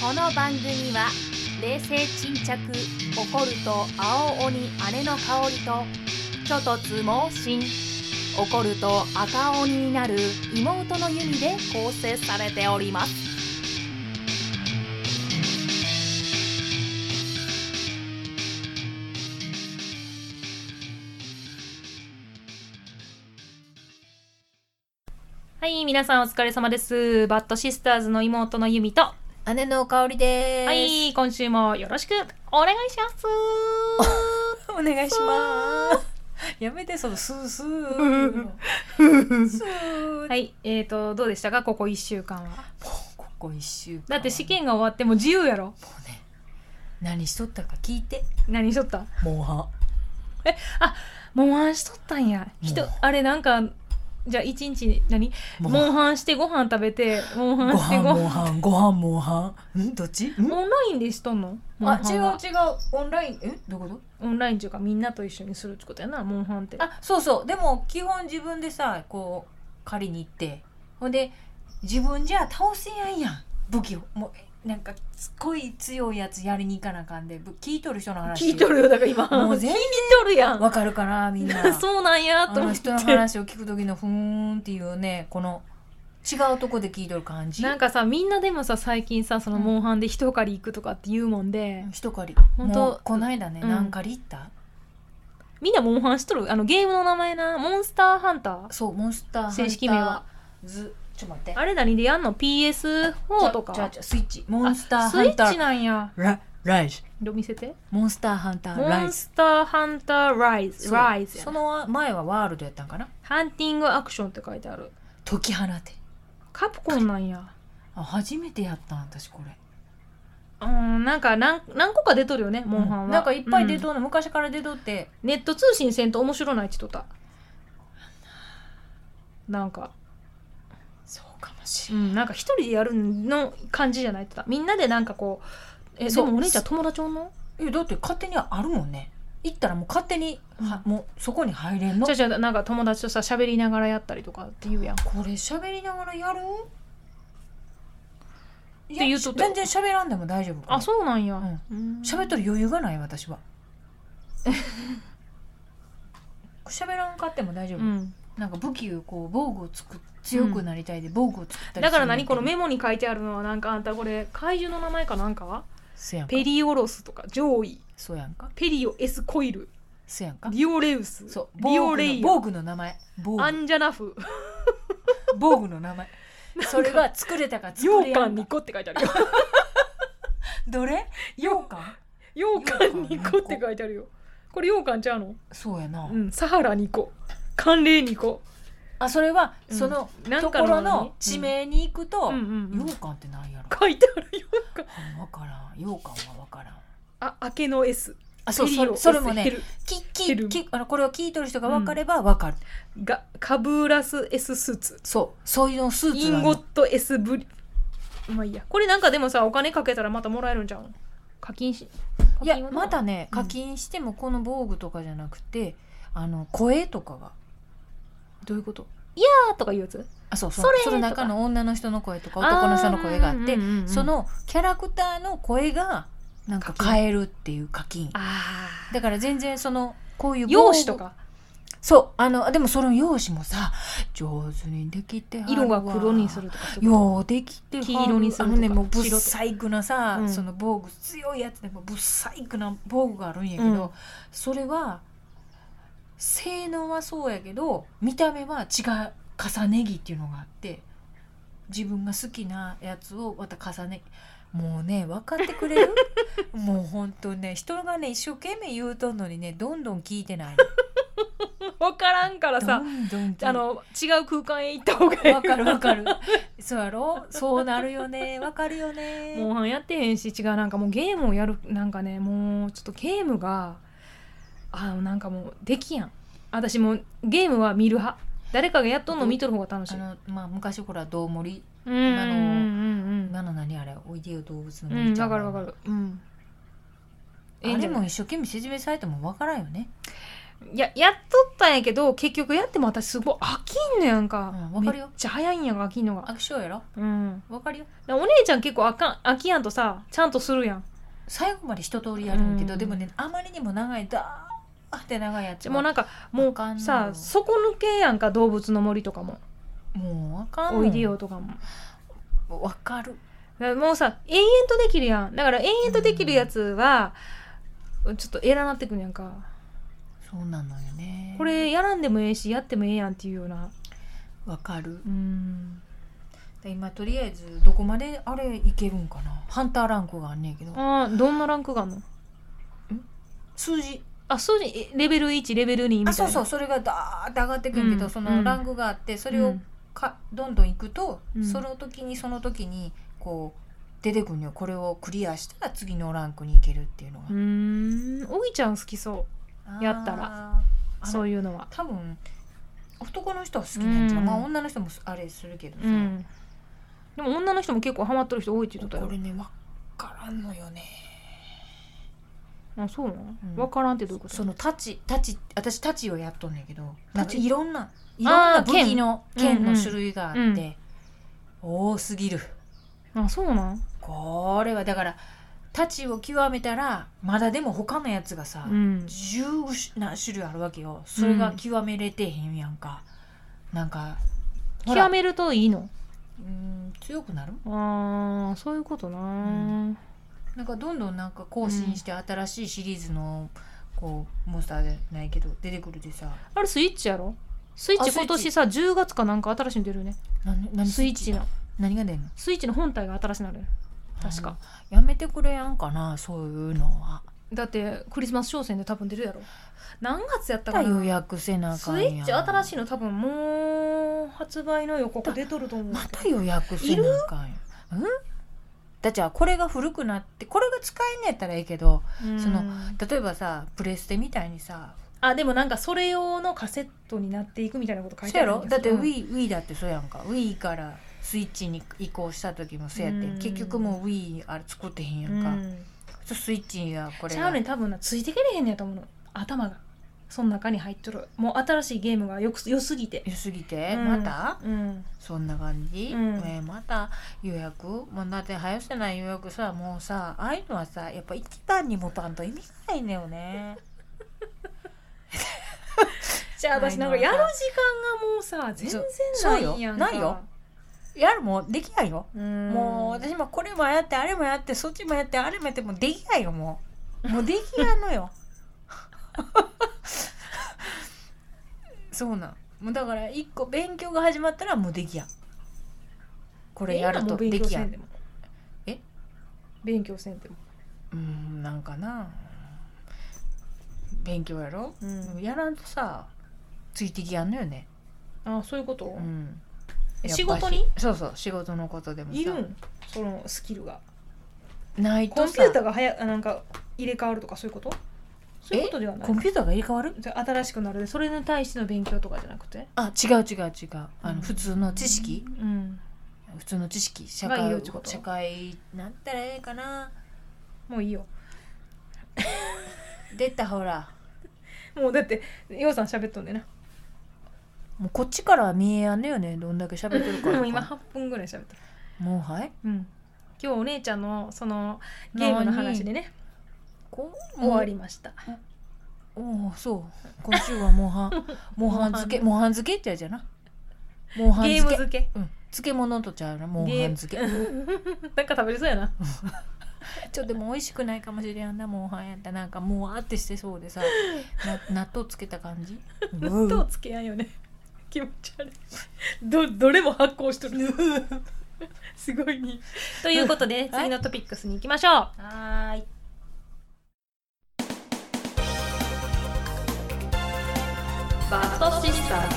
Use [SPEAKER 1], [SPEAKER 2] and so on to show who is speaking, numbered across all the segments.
[SPEAKER 1] この番組は冷静沈着怒ると青鬼姉の香りとちょとつ猛進怒ると赤鬼になる妹の弓で構成されておりますはい皆さんお疲れ様ですバッドシスターズの妹の弓と
[SPEAKER 2] 姉の香りです。
[SPEAKER 1] はい、今週もよろしくお願いします。
[SPEAKER 2] お願いします。やめて、そのスースー。スー。
[SPEAKER 1] はい、えーと、どうでしたか、ここ一週間は。
[SPEAKER 2] ここ一週間。
[SPEAKER 1] だって試験が終わっても自由やろ。
[SPEAKER 2] もうね。何しとったか聞いて。
[SPEAKER 1] 何しとった。
[SPEAKER 2] もうは。
[SPEAKER 1] モンハンしとったんや。人
[SPEAKER 2] もう、
[SPEAKER 1] あれ、なんか。じゃあ一日に何
[SPEAKER 2] も
[SPEAKER 1] モンハンしてご飯食べてモンハン
[SPEAKER 2] ご
[SPEAKER 1] して
[SPEAKER 2] 飯
[SPEAKER 1] ご
[SPEAKER 2] もう
[SPEAKER 1] 飯
[SPEAKER 2] はんご飯もうはん。んどっち？ん
[SPEAKER 1] オンラインでしとんのモン
[SPEAKER 2] あ
[SPEAKER 1] ハ
[SPEAKER 2] 違
[SPEAKER 1] ン
[SPEAKER 2] う
[SPEAKER 1] は
[SPEAKER 2] 違うオンラインえどういうこと？
[SPEAKER 1] オンラインっていうかみんなと一緒にするってことやなモンハンって
[SPEAKER 2] あそうそうでも基本自分でさこう借りに行ってほんで自分じゃ倒せやんやん武器をもうえなんかすっごい強いやつやりに行かなあかんでぶ聞いとる人の話
[SPEAKER 1] 聞いとるよだから今
[SPEAKER 2] もう
[SPEAKER 1] 聞い
[SPEAKER 2] 全然
[SPEAKER 1] とるやん
[SPEAKER 2] わかるかなみんな
[SPEAKER 1] そうなんや
[SPEAKER 2] あ
[SPEAKER 1] と思っ
[SPEAKER 2] の
[SPEAKER 1] て
[SPEAKER 2] 人の話を聞く時のふーんっていうねこの違うとこで聞いとる感じ
[SPEAKER 1] なんかさみんなでもさ最近さその
[SPEAKER 2] うん
[SPEAKER 1] モンハンで一狩り行くとかって言うもんで、
[SPEAKER 2] 一狩り
[SPEAKER 1] ほんと
[SPEAKER 2] もうこないだね、
[SPEAKER 1] うん
[SPEAKER 2] 何狩り行った
[SPEAKER 1] みんなモンハンしとるあのゲームの名前なモンスターハンター
[SPEAKER 2] そうモンスターハンター
[SPEAKER 1] 正式名は
[SPEAKER 2] ずちょっと待って
[SPEAKER 1] あれ何でやんの PS4 とか
[SPEAKER 2] じゃあ
[SPEAKER 1] あ
[SPEAKER 2] じゃあスイッチモンスター
[SPEAKER 1] ス
[SPEAKER 2] ハ
[SPEAKER 1] イ
[SPEAKER 2] ンタ
[SPEAKER 1] ッチ
[SPEAKER 2] ー
[SPEAKER 1] なんや
[SPEAKER 2] ラライジ
[SPEAKER 1] ど見せて
[SPEAKER 2] モンスターハンター
[SPEAKER 1] モ
[SPEAKER 2] ライ
[SPEAKER 1] ン
[SPEAKER 2] ズ
[SPEAKER 1] スターハンターライズ
[SPEAKER 2] そう
[SPEAKER 1] ライズや
[SPEAKER 2] そ
[SPEAKER 1] な
[SPEAKER 2] の前はワールドやったんかな
[SPEAKER 1] ハンティングアクションって書いてある
[SPEAKER 2] 解き放て
[SPEAKER 1] カプコンなんや
[SPEAKER 2] あ初めてやったん私これ
[SPEAKER 1] うんなんか何何個か出とるよねモンハンは、
[SPEAKER 2] なんかいっぱい出
[SPEAKER 1] る、
[SPEAKER 2] とんの、昔から出とって
[SPEAKER 1] ネット通信せんと面白ないって言っとったなんか
[SPEAKER 2] そうかもし
[SPEAKER 1] う
[SPEAKER 2] ない
[SPEAKER 1] ん、なんか一人でやるの感じじゃないって言ってたみんなでなんかこうえで
[SPEAKER 2] そう
[SPEAKER 1] もお姉ちゃん友達おんの
[SPEAKER 2] えだって勝手にあるもんね行ったらもう勝手に、
[SPEAKER 1] うん
[SPEAKER 2] はもうそこに入れんの
[SPEAKER 1] じゃあじゃあなんか友達とさ喋りながらやったりとかって言うやん
[SPEAKER 2] これ喋りながらやるいや
[SPEAKER 1] って言うとったよ
[SPEAKER 2] 全然喋らんでも大丈夫
[SPEAKER 1] あそうなんや
[SPEAKER 2] うん
[SPEAKER 1] うん
[SPEAKER 2] 喋っとる余裕がない 私は喋らんかっても大丈夫、
[SPEAKER 1] うん
[SPEAKER 2] なんか武器をこう防具を作っ強くなりたいで防具を作ったり
[SPEAKER 1] だから何この
[SPEAKER 2] 目
[SPEAKER 1] メモに書いてあるのはなんかあんたこれ怪獣の名前かなんか
[SPEAKER 2] そうやんか
[SPEAKER 1] ペリオロスとか上位
[SPEAKER 2] そうやんか
[SPEAKER 1] ペリオエスコイル
[SPEAKER 2] そうやんか
[SPEAKER 1] リオレウス
[SPEAKER 2] そ
[SPEAKER 1] リ
[SPEAKER 2] う防
[SPEAKER 1] オ
[SPEAKER 2] 具
[SPEAKER 1] レ
[SPEAKER 2] の
[SPEAKER 1] イ
[SPEAKER 2] 防
[SPEAKER 1] オ
[SPEAKER 2] 具の名前防
[SPEAKER 1] ア
[SPEAKER 2] 具
[SPEAKER 1] ンジャナ フ
[SPEAKER 2] 防具の名前それが作れたか作れ
[SPEAKER 1] 羊
[SPEAKER 2] や
[SPEAKER 1] 羹
[SPEAKER 2] んか
[SPEAKER 1] 2個って書いてある よ
[SPEAKER 2] どれ羊羹
[SPEAKER 1] 羊羹2個って書いてあるよこれ羊羹ちゃうの
[SPEAKER 2] そうやな、
[SPEAKER 1] うんサハラ2個寒冷2個
[SPEAKER 2] あそれは
[SPEAKER 1] うん
[SPEAKER 2] その
[SPEAKER 1] なん
[SPEAKER 2] と
[SPEAKER 1] か
[SPEAKER 2] ころの地名に行くと、
[SPEAKER 1] うんうんうんうん
[SPEAKER 2] 羊羹ってなんやろ
[SPEAKER 1] 書いてあるよ
[SPEAKER 2] 分からん羊羹は分からん
[SPEAKER 1] あ明けの S
[SPEAKER 2] あそう
[SPEAKER 1] ペ
[SPEAKER 2] そ
[SPEAKER 1] リオ
[SPEAKER 2] れそれも
[SPEAKER 1] S ヘ
[SPEAKER 2] ね
[SPEAKER 1] ル
[SPEAKER 2] き
[SPEAKER 1] ヘ
[SPEAKER 2] き
[SPEAKER 1] ル
[SPEAKER 2] きあのこれを聞いとる人が分かれば分かる、
[SPEAKER 1] がカブーラス S スーツ
[SPEAKER 2] そうそういうのスーツ
[SPEAKER 1] イ
[SPEAKER 2] があ
[SPEAKER 1] ン
[SPEAKER 2] る
[SPEAKER 1] ゴ
[SPEAKER 2] の
[SPEAKER 1] ット S ブリまあいいやこれなんかでもさお金かけたらまたもらえるんじゃん課金し課
[SPEAKER 2] い
[SPEAKER 1] 金は
[SPEAKER 2] や
[SPEAKER 1] どう
[SPEAKER 2] またね
[SPEAKER 1] うん
[SPEAKER 2] 課金してもこの防具とかじゃなくて、あの声とかが
[SPEAKER 1] どういうこといやーとかいうやつ
[SPEAKER 2] あそうそう
[SPEAKER 1] そ
[SPEAKER 2] そ
[SPEAKER 1] れ
[SPEAKER 2] の中の女の人の声とか男の人の声があっ
[SPEAKER 1] あ
[SPEAKER 2] て
[SPEAKER 1] ーうんうんうん
[SPEAKER 2] そのキャラクターの声がなんか
[SPEAKER 1] 課金
[SPEAKER 2] 変えるっていう課金
[SPEAKER 1] あ
[SPEAKER 2] だから全然そのこういう
[SPEAKER 1] 容姿と
[SPEAKER 2] 防具
[SPEAKER 1] か
[SPEAKER 2] そうあのでもその容姿もさ上手にできてはる
[SPEAKER 1] 色
[SPEAKER 2] わ
[SPEAKER 1] が黒にするとかそういうこと
[SPEAKER 2] ようできてはる
[SPEAKER 1] 黄色にするとか
[SPEAKER 2] あのねもう
[SPEAKER 1] 白
[SPEAKER 2] ぶ
[SPEAKER 1] とか
[SPEAKER 2] っさいくなさ、
[SPEAKER 1] うん
[SPEAKER 2] その防具強いやつでもぶっさいくな防具があるんやけ
[SPEAKER 1] う
[SPEAKER 2] ど、
[SPEAKER 1] ん
[SPEAKER 2] それは性能はそうやけど見た目は違う重ね着っていうのがあって自分が好きなやつをまた重ねもうね分かってく れるもうほんとね人がね一生懸命言うとんのにねどんどん聞いてないの
[SPEAKER 1] 分からんから
[SPEAKER 2] ど
[SPEAKER 1] さ
[SPEAKER 2] んどん聞いて
[SPEAKER 1] あの違う空間へ行った方がいい
[SPEAKER 2] わかるわかるそうやろそうなるよねわかるよね
[SPEAKER 1] モンハンやってへんし違うなんかもうゲームをやるなんかねもうちょっとゲームがあのなんかもうできやん私もうゲームは見る派誰かがやっとんの見とる方が楽しい
[SPEAKER 2] あのまあ昔ほら道森
[SPEAKER 1] うんうんうん
[SPEAKER 2] 今の何あれおいでよ動物の
[SPEAKER 1] うんう
[SPEAKER 2] 森
[SPEAKER 1] ん
[SPEAKER 2] ち
[SPEAKER 1] わ
[SPEAKER 2] ゃん
[SPEAKER 1] かるわかるうん
[SPEAKER 2] あれも
[SPEAKER 1] い
[SPEAKER 2] 一生懸命説明されてもわからんよね
[SPEAKER 1] いややっとったんやけど結局やっても私すごい飽きんのやんか、
[SPEAKER 2] うんわかるよ
[SPEAKER 1] めっちゃ早いんやんか飽きんのが
[SPEAKER 2] 飽き性やろ
[SPEAKER 1] うん
[SPEAKER 2] わかるよ
[SPEAKER 1] だからお姉ちゃん結構あかん飽きやんとさちゃんとするやん
[SPEAKER 2] 最後まで一通りやるんやけど、
[SPEAKER 1] うん
[SPEAKER 2] でもねあまりにも長いだーって長いやつ
[SPEAKER 1] もうなんかも
[SPEAKER 2] わかん
[SPEAKER 1] う
[SPEAKER 2] の
[SPEAKER 1] さ底抜けやんか動物の森とかも
[SPEAKER 2] もうわかんの
[SPEAKER 1] おいでよとかもだか
[SPEAKER 2] わかる
[SPEAKER 1] らもうさ延々とできるやんだから延々とできるやつはちょっと偉なってくんやんか
[SPEAKER 2] そうなのよね
[SPEAKER 1] これやらんでもええしやってもええやんっていうような
[SPEAKER 2] わかる
[SPEAKER 1] うん
[SPEAKER 2] で今とりあえずどこまであれいけるんかなハンターランクがあんねんけど
[SPEAKER 1] あーどんなランクがあんの
[SPEAKER 2] 数字
[SPEAKER 1] あそうじえレベル1レベル2みたいな
[SPEAKER 2] あそうそうそれがダーって上がってくんやけど、
[SPEAKER 1] うん
[SPEAKER 2] そうの
[SPEAKER 1] ん
[SPEAKER 2] ランクがあってそ
[SPEAKER 1] そ
[SPEAKER 2] れをか、どんどんいくと、
[SPEAKER 1] うん
[SPEAKER 2] その時にその時にこう出てくるのよこれをクリアしたら次のランクに行けるっていうのが
[SPEAKER 1] う、んおぎちゃん好きそやったら
[SPEAKER 2] ら
[SPEAKER 1] うそういうのは
[SPEAKER 2] 多分男の人は好きなんじゃう、
[SPEAKER 1] うん
[SPEAKER 2] まあ女の人もあれするけどさ、
[SPEAKER 1] うんでも女の人も結構ハマってる人多いって言ってた
[SPEAKER 2] こ
[SPEAKER 1] よ
[SPEAKER 2] れね分からんのよね
[SPEAKER 1] あそうなの、
[SPEAKER 2] うん
[SPEAKER 1] 分からんってどういうこと
[SPEAKER 2] その太刀太刀私太刀をやっとんねんけど太
[SPEAKER 1] 太刀
[SPEAKER 2] 刀いろんないろんな武器の
[SPEAKER 1] 剣
[SPEAKER 2] 剣の種類があって、
[SPEAKER 1] うんうん
[SPEAKER 2] 多すぎる
[SPEAKER 1] あそうなん
[SPEAKER 2] これはだから太刀を極めたらまだでも他のやつがさ、
[SPEAKER 1] うん
[SPEAKER 2] 10な種類あるわけよそれが極めれてへんやんか、なんかほら
[SPEAKER 1] 極めるといいの
[SPEAKER 2] うん強くなる
[SPEAKER 1] あーそういうことな、
[SPEAKER 2] んなんかどんどんなんか更新して新しいシリーズのこうモンスターじゃないけど出てくるでさ
[SPEAKER 1] あれスイッチやろスイッ
[SPEAKER 2] あス
[SPEAKER 1] チ
[SPEAKER 2] イッチ
[SPEAKER 1] 今年さ10月かなんか新しいの出るよね
[SPEAKER 2] 何何
[SPEAKER 1] スイッチの
[SPEAKER 2] 何が出んの
[SPEAKER 1] スイッチの本体が新しいのある確か
[SPEAKER 2] やめてくれやんかなそういうのは
[SPEAKER 1] だってクリスマス商戦で多分出るやろ何月やったかな
[SPEAKER 2] 予約せなあ
[SPEAKER 1] ス
[SPEAKER 2] かん
[SPEAKER 1] イ
[SPEAKER 2] やん
[SPEAKER 1] ッチ新しいの多分もう発売の予告出とると思う
[SPEAKER 2] また予約せなあかんやんうんだじゃあこれが古くなってこれが使えんねやったらええけど
[SPEAKER 1] うん
[SPEAKER 2] その例えばさプレステみたいにさ
[SPEAKER 1] あでもなんかそれ用のカセットになっていくみたいなこと書
[SPEAKER 2] そ
[SPEAKER 1] いうて
[SPEAKER 2] や
[SPEAKER 1] ある
[SPEAKER 2] ろだって
[SPEAKER 1] ウィ
[SPEAKER 2] Wii,、Wii だってそうやんか Wii からスイッチに移行した時もそうやって
[SPEAKER 1] うん
[SPEAKER 2] ん結局もう Wii あれ作ってへんやんか、ちょスイッチがこれ
[SPEAKER 1] ちゃう
[SPEAKER 2] が
[SPEAKER 1] ねん多分なついてけれへんねやと思うの頭がその中に入っとるもう新しいゲームがよく良すぎて
[SPEAKER 2] 良すぎて、
[SPEAKER 1] うん
[SPEAKER 2] また
[SPEAKER 1] うん
[SPEAKER 2] そんな感じ、
[SPEAKER 1] うん
[SPEAKER 2] えーまた予約もうだって早せない予約さもうさああいうのはさやっぱ一段に持たんと意味がないんだよね
[SPEAKER 1] じゃあ私なんかやる時間がもうさ全然ないやんか
[SPEAKER 2] そうよないよやるもうできないよ、
[SPEAKER 1] うん
[SPEAKER 2] もう私もこれもやってあれもやってそっちもやってあれもやってもうできないよも うもうできやんのよそうなんもうだから一個勉強が始まったらもうできやんこ
[SPEAKER 1] こ
[SPEAKER 2] れやるとできやん
[SPEAKER 1] でも
[SPEAKER 2] え
[SPEAKER 1] 勉強せんでも
[SPEAKER 2] うんなんかな勉強やろ、
[SPEAKER 1] うん
[SPEAKER 2] やらんとさついてきやんのよね、
[SPEAKER 1] あそういうこと
[SPEAKER 2] うん、
[SPEAKER 1] え
[SPEAKER 2] やっぱし
[SPEAKER 1] 仕事に
[SPEAKER 2] そうそう仕事のことでもさ
[SPEAKER 1] いるんそのスキルが
[SPEAKER 2] ない
[SPEAKER 1] コ
[SPEAKER 2] と
[SPEAKER 1] ン
[SPEAKER 2] さ
[SPEAKER 1] ピューターがはやあなんか入れ替わるとかそういうことそういうことではない
[SPEAKER 2] コンピューターが入れ替わる
[SPEAKER 1] じゃあ新しくなるでそれに対しての勉強とかじゃなくて
[SPEAKER 2] あ違う違う違うあの、
[SPEAKER 1] うん
[SPEAKER 2] 普通の知識
[SPEAKER 1] うん
[SPEAKER 2] 普通の知識社
[SPEAKER 1] がい
[SPEAKER 2] 会
[SPEAKER 1] るってこと
[SPEAKER 2] 社会なったらええかな
[SPEAKER 1] もういいよ
[SPEAKER 2] 出たほら
[SPEAKER 1] もうだってようさん喋っとんでな
[SPEAKER 2] もうこっちからは見えやんのよねどんだけ喋ってるか
[SPEAKER 1] も
[SPEAKER 2] と
[SPEAKER 1] う
[SPEAKER 2] か
[SPEAKER 1] 今8分ぐらい喋った
[SPEAKER 2] もうはい
[SPEAKER 1] うん今日お姉ちゃんのそのゲームの話でね
[SPEAKER 2] こう
[SPEAKER 1] 終わりました
[SPEAKER 2] おおそう今週はモ ンハンモンハン漬けモンハン漬けってやつやなモンハン
[SPEAKER 1] ゲーム
[SPEAKER 2] 漬け
[SPEAKER 1] 漬け
[SPEAKER 2] うん漬物とちゃうなモンハン漬 け
[SPEAKER 1] なんか食べれそうやな
[SPEAKER 2] ちょっとでも美味しくないかもしれんなモンハンやったらなんかもうあってしてそうでさな納豆つけた感じ
[SPEAKER 1] 納豆つけやんよね気持ち悪いどどれも発酵しとる すごいにということで次のトピックスに行きましょう、
[SPEAKER 2] はーい
[SPEAKER 1] バッドシスターズ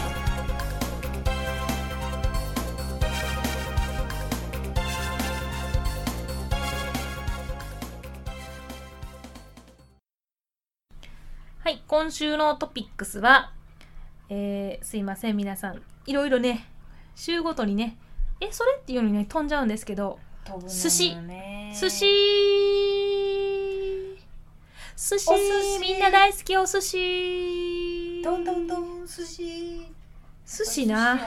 [SPEAKER 1] はい今週のトピックスは、えーすいません皆さんいろいろね週ごとにねえそれっていうのにね飛んじゃうんですけど寿司寿司寿司
[SPEAKER 2] お寿司
[SPEAKER 1] みんな大好きお寿司
[SPEAKER 2] どんどんどん寿司
[SPEAKER 1] 寿司な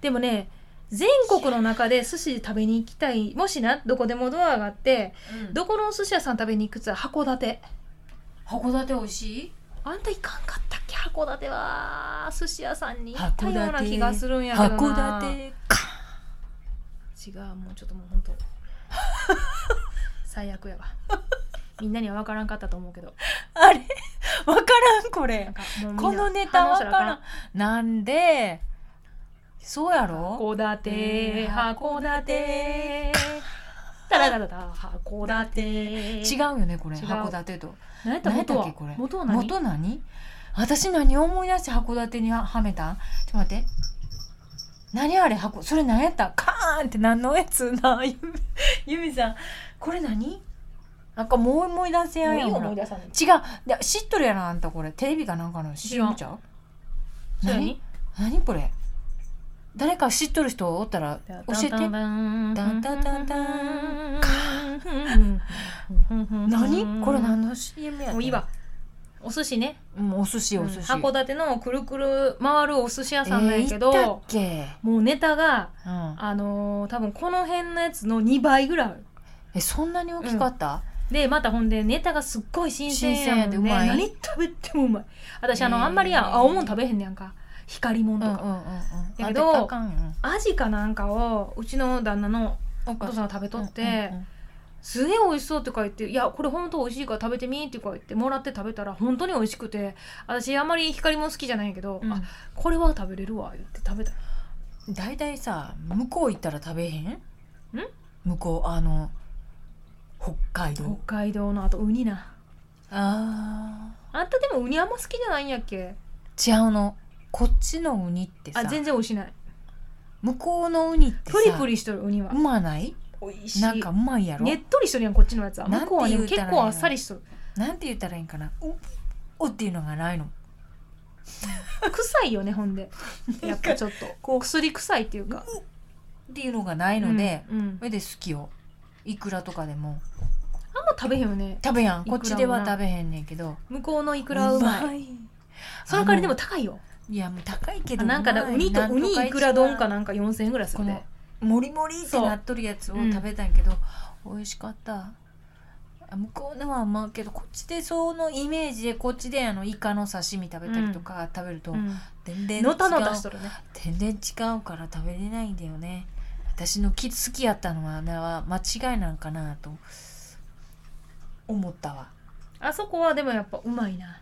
[SPEAKER 1] でもね全国の中で寿司食べに行きたいもしなどこでもドアがあって
[SPEAKER 2] ど
[SPEAKER 1] どこのお寿司屋さん食べに行くっつったら函館
[SPEAKER 2] 函館美味しい
[SPEAKER 1] あんた行かんかったっけ函館は寿司屋さんに行ったような気がするんやけど
[SPEAKER 2] 函
[SPEAKER 1] な
[SPEAKER 2] 館
[SPEAKER 1] 違うもうちょっともうほんと 最悪やわみんなには分からんかったと思うけど
[SPEAKER 2] あれ わからんこ
[SPEAKER 1] なん
[SPEAKER 2] れ
[SPEAKER 1] かもうみんな
[SPEAKER 2] このネタわか
[SPEAKER 1] 話したあ
[SPEAKER 2] らんなんでそうやろ
[SPEAKER 1] 函館函館タラタラタ函館
[SPEAKER 2] 違う
[SPEAKER 1] 違
[SPEAKER 2] よねこれ
[SPEAKER 1] 違う
[SPEAKER 2] 函館と
[SPEAKER 1] 何やった
[SPEAKER 2] 何やっ
[SPEAKER 1] 元
[SPEAKER 2] たっ
[SPEAKER 1] は
[SPEAKER 2] けこれ
[SPEAKER 1] 元は何
[SPEAKER 2] 元何私何思い出して函館にははめたんちょっと待って何あれ箱それ何やったカーンって何のやつなゆみゆみさんこれ何なんかもう思い出せやんや
[SPEAKER 1] もういい
[SPEAKER 2] ほら
[SPEAKER 1] 思
[SPEAKER 2] 違
[SPEAKER 1] いう出さない
[SPEAKER 2] で知っとるやろあんたこれテレビかなんかの CM ちゃう
[SPEAKER 1] そうや
[SPEAKER 2] 何
[SPEAKER 1] に
[SPEAKER 2] 何これ誰か知っとる人おったら教えて
[SPEAKER 1] ダンダンダンダン
[SPEAKER 2] 何これ何の CM やった
[SPEAKER 1] もういいわお寿司ね
[SPEAKER 2] もうお寿司お寿司、
[SPEAKER 1] 函館のくるくる回るお寿司屋さんなんやけど、
[SPEAKER 2] えー行ったっけ、
[SPEAKER 1] もうネタが
[SPEAKER 2] うん、
[SPEAKER 1] あのー多分この辺のやつの2倍ぐらいある
[SPEAKER 2] えそんなに大きかった、
[SPEAKER 1] でまたほんでネタがすっごい新鮮やもんで
[SPEAKER 2] 新鮮やでうまい
[SPEAKER 1] 何食べてもうまい私あの、
[SPEAKER 2] へー
[SPEAKER 1] あんまりや青もん食べへんねやんか光もん
[SPEAKER 2] うん
[SPEAKER 1] と
[SPEAKER 2] うんうん
[SPEAKER 1] か、
[SPEAKER 2] うん
[SPEAKER 1] やけど
[SPEAKER 2] あであかんよ
[SPEAKER 1] アジかなんかをうちの旦那の
[SPEAKER 2] お
[SPEAKER 1] お父さんが食べとって、
[SPEAKER 2] うんうん
[SPEAKER 1] すげえ美味しそうって書いて「いやこれ本当美味しいから食べてみ」って書いてもらって食べたら本当に美味しくて私あんまり光も好きじゃないんやけど、
[SPEAKER 2] うん
[SPEAKER 1] あこれは食べれるわ言って食べた
[SPEAKER 2] うん大体さ向こう行ったら食べへんん向こうあの北海
[SPEAKER 1] 北
[SPEAKER 2] 道
[SPEAKER 1] 海道のあとウニな
[SPEAKER 2] あ
[SPEAKER 1] あんたでもウニあんま好きじゃないんやっけ
[SPEAKER 2] ー違うのこっちのウニってさ
[SPEAKER 1] あ全然美味しない
[SPEAKER 2] 向こうのウニってさ
[SPEAKER 1] プリプリしとるウニは
[SPEAKER 2] うまない
[SPEAKER 1] 美味しい
[SPEAKER 2] なんかうまいやろ、
[SPEAKER 1] ねっとりしとるやんこっちのやつは
[SPEAKER 2] なん
[SPEAKER 1] 向
[SPEAKER 2] て
[SPEAKER 1] こうはね
[SPEAKER 2] 言う
[SPEAKER 1] 結
[SPEAKER 2] たらいいの
[SPEAKER 1] 構あっさりしとる
[SPEAKER 2] なんて言ったらいいんかなうおっていうのがないの
[SPEAKER 1] 臭いよねほんでやっぱちょっと薬臭いっていうか
[SPEAKER 2] っていうのがないので、
[SPEAKER 1] うんうん
[SPEAKER 2] それで好きよいくらとかでも
[SPEAKER 1] あんま食べへんよね
[SPEAKER 2] 食べやん
[SPEAKER 1] いくらも
[SPEAKER 2] こ
[SPEAKER 1] な
[SPEAKER 2] っちでは食べへんねんけど
[SPEAKER 1] 向こうのイクラはうまい
[SPEAKER 2] い
[SPEAKER 1] その代わりでも高いよ
[SPEAKER 2] いやもう高いけ
[SPEAKER 1] あ
[SPEAKER 2] ど
[SPEAKER 1] なんかだ
[SPEAKER 2] うま
[SPEAKER 1] ウ
[SPEAKER 2] い
[SPEAKER 1] ニと
[SPEAKER 2] なん
[SPEAKER 1] ウ
[SPEAKER 2] と
[SPEAKER 1] ニ
[SPEAKER 2] 一
[SPEAKER 1] いくら丼か
[SPEAKER 2] 番
[SPEAKER 1] なんか4000円ぐらいす
[SPEAKER 2] こ
[SPEAKER 1] る
[SPEAKER 2] の
[SPEAKER 1] で
[SPEAKER 2] もりもりって
[SPEAKER 1] そう
[SPEAKER 2] なっとるやつを
[SPEAKER 1] うん
[SPEAKER 2] 食べたんやけど、美味しかったあ向こうのはあんまけどこっちでそのイメージでこっちであのイカの刺身食べたりとか食べると、
[SPEAKER 1] うん
[SPEAKER 2] 全然違う
[SPEAKER 1] のたのたしとるね
[SPEAKER 2] 全然違うから食べれないんだよね私のき好きやったのはな間違いなんかなと思ったわ
[SPEAKER 1] あそこはでもやっぱうまいな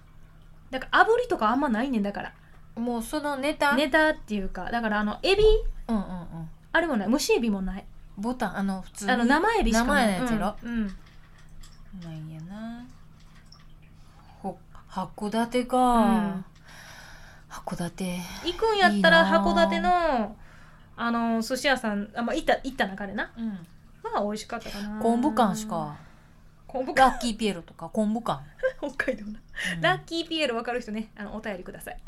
[SPEAKER 1] だから炙りとかあんまないねんだから
[SPEAKER 2] もうそのネタ、
[SPEAKER 1] ネタっていうかだからあのエビ
[SPEAKER 2] うんうんうん
[SPEAKER 1] あれもない蒸しエビもない
[SPEAKER 2] ボタンあの普通に
[SPEAKER 1] あの生エビしかない
[SPEAKER 2] 生のやつやろ
[SPEAKER 1] うんうん
[SPEAKER 2] なんやなほ函館か、函館
[SPEAKER 1] 行くんやったら
[SPEAKER 2] いいなぁ
[SPEAKER 1] 函館のあの寿司屋さんあ、まあ、行った行った中でな
[SPEAKER 2] うん
[SPEAKER 1] まあ美味しかったかな
[SPEAKER 2] 昆布館しか
[SPEAKER 1] 昆布館
[SPEAKER 2] ラッキーピエロとか昆布館、
[SPEAKER 1] 北海道な、
[SPEAKER 2] うん
[SPEAKER 1] ラッキーピエロ分かる人ねあのお便りください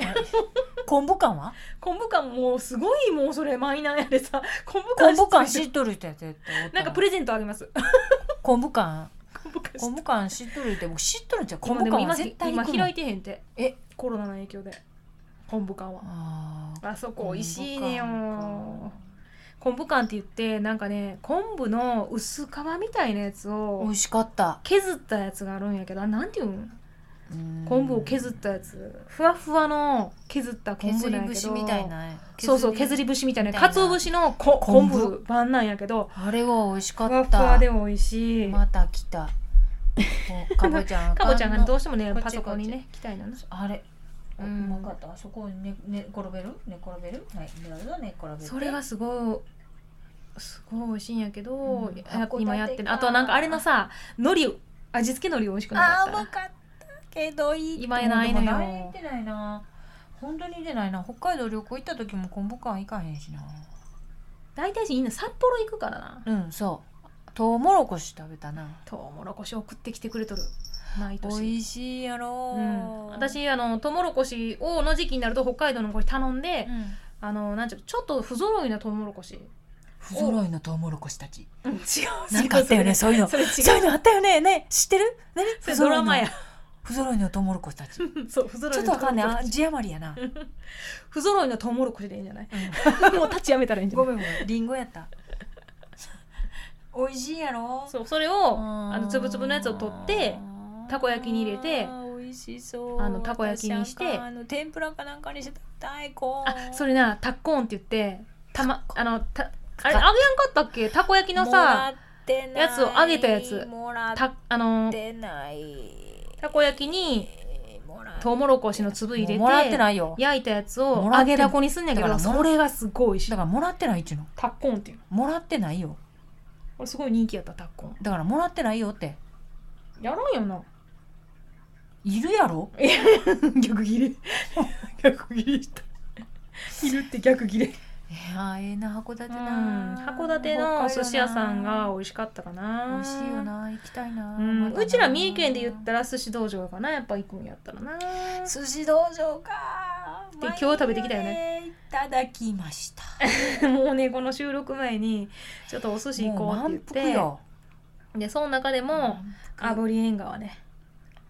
[SPEAKER 2] 昆布館は
[SPEAKER 1] 昆布館もうすごいもうそれマイナーやでさ 昆布
[SPEAKER 2] 昆
[SPEAKER 1] 館
[SPEAKER 2] 布館
[SPEAKER 1] 知っ
[SPEAKER 2] 知
[SPEAKER 1] て
[SPEAKER 2] っとる人や絶対おった
[SPEAKER 1] なんかプレゼントあげ ます
[SPEAKER 2] 昆布館
[SPEAKER 1] 昆布館知っ
[SPEAKER 2] 昆布館知っとるってもう知っとるんじゃう昆
[SPEAKER 1] 今
[SPEAKER 2] 布
[SPEAKER 1] でも
[SPEAKER 2] 館は
[SPEAKER 1] 今
[SPEAKER 2] 絶対行
[SPEAKER 1] 今
[SPEAKER 2] くもん
[SPEAKER 1] 開いてへんて
[SPEAKER 2] え
[SPEAKER 1] コロナの影響で昆布館は
[SPEAKER 2] あー
[SPEAKER 1] あそこ美味しいねよ
[SPEAKER 2] 昆
[SPEAKER 1] 昆布館って言ってなんかね昆布の薄皮みたいなやつ
[SPEAKER 2] 布館美
[SPEAKER 1] を
[SPEAKER 2] 味しかった、
[SPEAKER 1] 削ったやつがあるんやけどあれなんていうん
[SPEAKER 2] うん
[SPEAKER 1] 昆布を削ったやつふわふわの削った昆
[SPEAKER 2] 削
[SPEAKER 1] 布
[SPEAKER 2] り
[SPEAKER 1] なんやけど
[SPEAKER 2] 節みたいな
[SPEAKER 1] そうそう削り節みたいな
[SPEAKER 2] みたいな
[SPEAKER 1] 鰹節のこ昆
[SPEAKER 2] 昆布
[SPEAKER 1] 布版なんやけど
[SPEAKER 2] あれは美味しか
[SPEAKER 1] ふ
[SPEAKER 2] っ
[SPEAKER 1] わ
[SPEAKER 2] た
[SPEAKER 1] ふわで美味しい
[SPEAKER 2] また来 た。おかぼち ゃん。
[SPEAKER 1] かぼちゃんがど
[SPEAKER 2] う
[SPEAKER 1] うしてもね
[SPEAKER 2] こっち
[SPEAKER 1] パソコンにね来たいのな
[SPEAKER 2] あれ。う
[SPEAKER 1] うん
[SPEAKER 2] ん、分かった。あそこにね、ね、転べる。寝転べる。はい、なるほど、寝転べる。
[SPEAKER 1] それがすごいすごい美味しいんやけど、
[SPEAKER 2] うん
[SPEAKER 1] や
[SPEAKER 2] 函館
[SPEAKER 1] 今やってる
[SPEAKER 2] か
[SPEAKER 1] あとはなんかあれのさ海苔味付け海苔美味しくなか
[SPEAKER 2] あー、
[SPEAKER 1] っ
[SPEAKER 2] う
[SPEAKER 1] た
[SPEAKER 2] まかった。けど、いい。
[SPEAKER 1] 今やないのよ
[SPEAKER 2] でも何も出てないな。本当に出ないな。北海道旅行行った時も昆布館行かへんしな。
[SPEAKER 1] 大体みんな札幌行くからな
[SPEAKER 2] うん、そう。トウモロコシ食べたな。
[SPEAKER 1] とうもろこし送ってきてくれとる毎
[SPEAKER 2] 美
[SPEAKER 1] 年
[SPEAKER 2] 味しいやろ
[SPEAKER 1] う
[SPEAKER 2] う。
[SPEAKER 1] ん、私あのとうもろこしをの時期になると北海道の子に頼んで、
[SPEAKER 2] うん。
[SPEAKER 1] あのなんちゅうちょっと不揃いなとうもろこし、
[SPEAKER 2] 不揃いのトウモロコシたち。
[SPEAKER 1] うん、違う
[SPEAKER 2] なんかあったよね、そういうの。
[SPEAKER 1] それ違う
[SPEAKER 2] そういうのあったよね、ね、知ってる。何
[SPEAKER 1] それドラマや。
[SPEAKER 2] 不揃いのトウモロコシたちちょ
[SPEAKER 1] そう 不揃い
[SPEAKER 2] っと
[SPEAKER 1] の
[SPEAKER 2] わ
[SPEAKER 1] ト
[SPEAKER 2] か
[SPEAKER 1] ウ
[SPEAKER 2] んない
[SPEAKER 1] モロ
[SPEAKER 2] あ
[SPEAKER 1] コシ
[SPEAKER 2] 字余りやな、
[SPEAKER 1] 不揃いのトウモロコシでいいんじゃない
[SPEAKER 2] う
[SPEAKER 1] もう立ちやめたらいいん
[SPEAKER 2] ん
[SPEAKER 1] じゃ
[SPEAKER 2] ご
[SPEAKER 1] ない
[SPEAKER 2] めんごめんリンゴやった 美味しいやろ
[SPEAKER 1] そうそれを
[SPEAKER 2] ん
[SPEAKER 1] あのつぶつぶのやつを取ってたこ焼きに入れて
[SPEAKER 2] あー美味しそう
[SPEAKER 1] あのたこ焼きにして
[SPEAKER 2] 私なんかあの天ぷらかなんかにして大根
[SPEAKER 1] あそれなタッコーンって言ってたまあのたあれ揚げや
[SPEAKER 2] か
[SPEAKER 1] んかったっけたこ焼きの
[SPEAKER 2] もら
[SPEAKER 1] さ
[SPEAKER 2] ってない
[SPEAKER 1] やつをあげたやつ
[SPEAKER 2] もらった
[SPEAKER 1] あの
[SPEAKER 2] てない
[SPEAKER 1] たこ焼きに
[SPEAKER 2] もらっ
[SPEAKER 1] トウモロコシの粒入れて
[SPEAKER 2] もらってないよ
[SPEAKER 1] 焼いたやつを
[SPEAKER 2] もらっ
[SPEAKER 1] 揚
[SPEAKER 2] て
[SPEAKER 1] げだこにすんねんけ
[SPEAKER 2] だ
[SPEAKER 1] ど
[SPEAKER 2] からもら
[SPEAKER 1] それがすごい美味しい
[SPEAKER 2] だからもらってないっちゅうの
[SPEAKER 1] タッコーンっていうの
[SPEAKER 2] もらってないよ
[SPEAKER 1] 俺すごい人気やったタッコーン
[SPEAKER 2] だからもらってないよって
[SPEAKER 1] やらんよ な
[SPEAKER 2] いるやろ
[SPEAKER 1] 逆切れ 逆切れしたいるって逆切れ
[SPEAKER 2] いやーええな函館
[SPEAKER 1] うん
[SPEAKER 2] な
[SPEAKER 1] 函館のお寿司屋さんが美味しかったか
[SPEAKER 2] 美
[SPEAKER 1] な
[SPEAKER 2] 味しいよな行きたいな、
[SPEAKER 1] う
[SPEAKER 2] ま
[SPEAKER 1] ん、
[SPEAKER 2] だな
[SPEAKER 1] うちら三重県で言ったら寿司道場かなやっぱ行くんやったらな
[SPEAKER 2] 寿司道場か
[SPEAKER 1] で今日食べてきたよ
[SPEAKER 2] ねいただきました
[SPEAKER 1] もうねこの収録前にちょっとお寿司行こうって言って
[SPEAKER 2] よ
[SPEAKER 1] でその中でも炙り縁側ね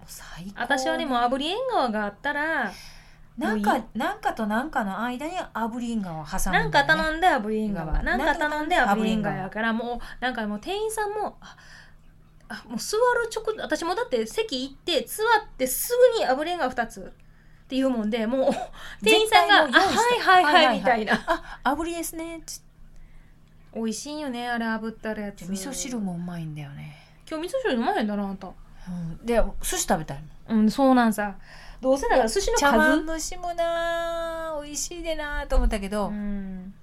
[SPEAKER 2] 最高
[SPEAKER 1] 私はでも炙り縁側があったら
[SPEAKER 2] なんかなんかとなんかの間に炙りんがを挟む
[SPEAKER 1] なんか頼んで炙り縁
[SPEAKER 2] う
[SPEAKER 1] 側
[SPEAKER 2] ん
[SPEAKER 1] なんか頼んで
[SPEAKER 2] なんか
[SPEAKER 1] 炙り縁側やからもうなんかもう店員さんもああもう座る直私もだって席行って座ってすぐに炙り縁側2つって言うもんでもう店員さんが「あ
[SPEAKER 2] 絶対もう用意し
[SPEAKER 1] はい
[SPEAKER 2] て
[SPEAKER 1] はいはい」み
[SPEAKER 2] は
[SPEAKER 1] た
[SPEAKER 2] い
[SPEAKER 1] いな
[SPEAKER 2] 炙りですねつって
[SPEAKER 1] 美味しいよねあれ炙ったらやつ
[SPEAKER 2] 味噌汁もうまいんだよね、
[SPEAKER 1] 今日味噌汁飲まへんだなあんた
[SPEAKER 2] うん、で寿司食べたいもん
[SPEAKER 1] うんそうなんさどうせなら寿司の
[SPEAKER 2] 茶碗
[SPEAKER 1] 数
[SPEAKER 2] 蒸しもな美味しいでなと思ったけど、
[SPEAKER 1] うん、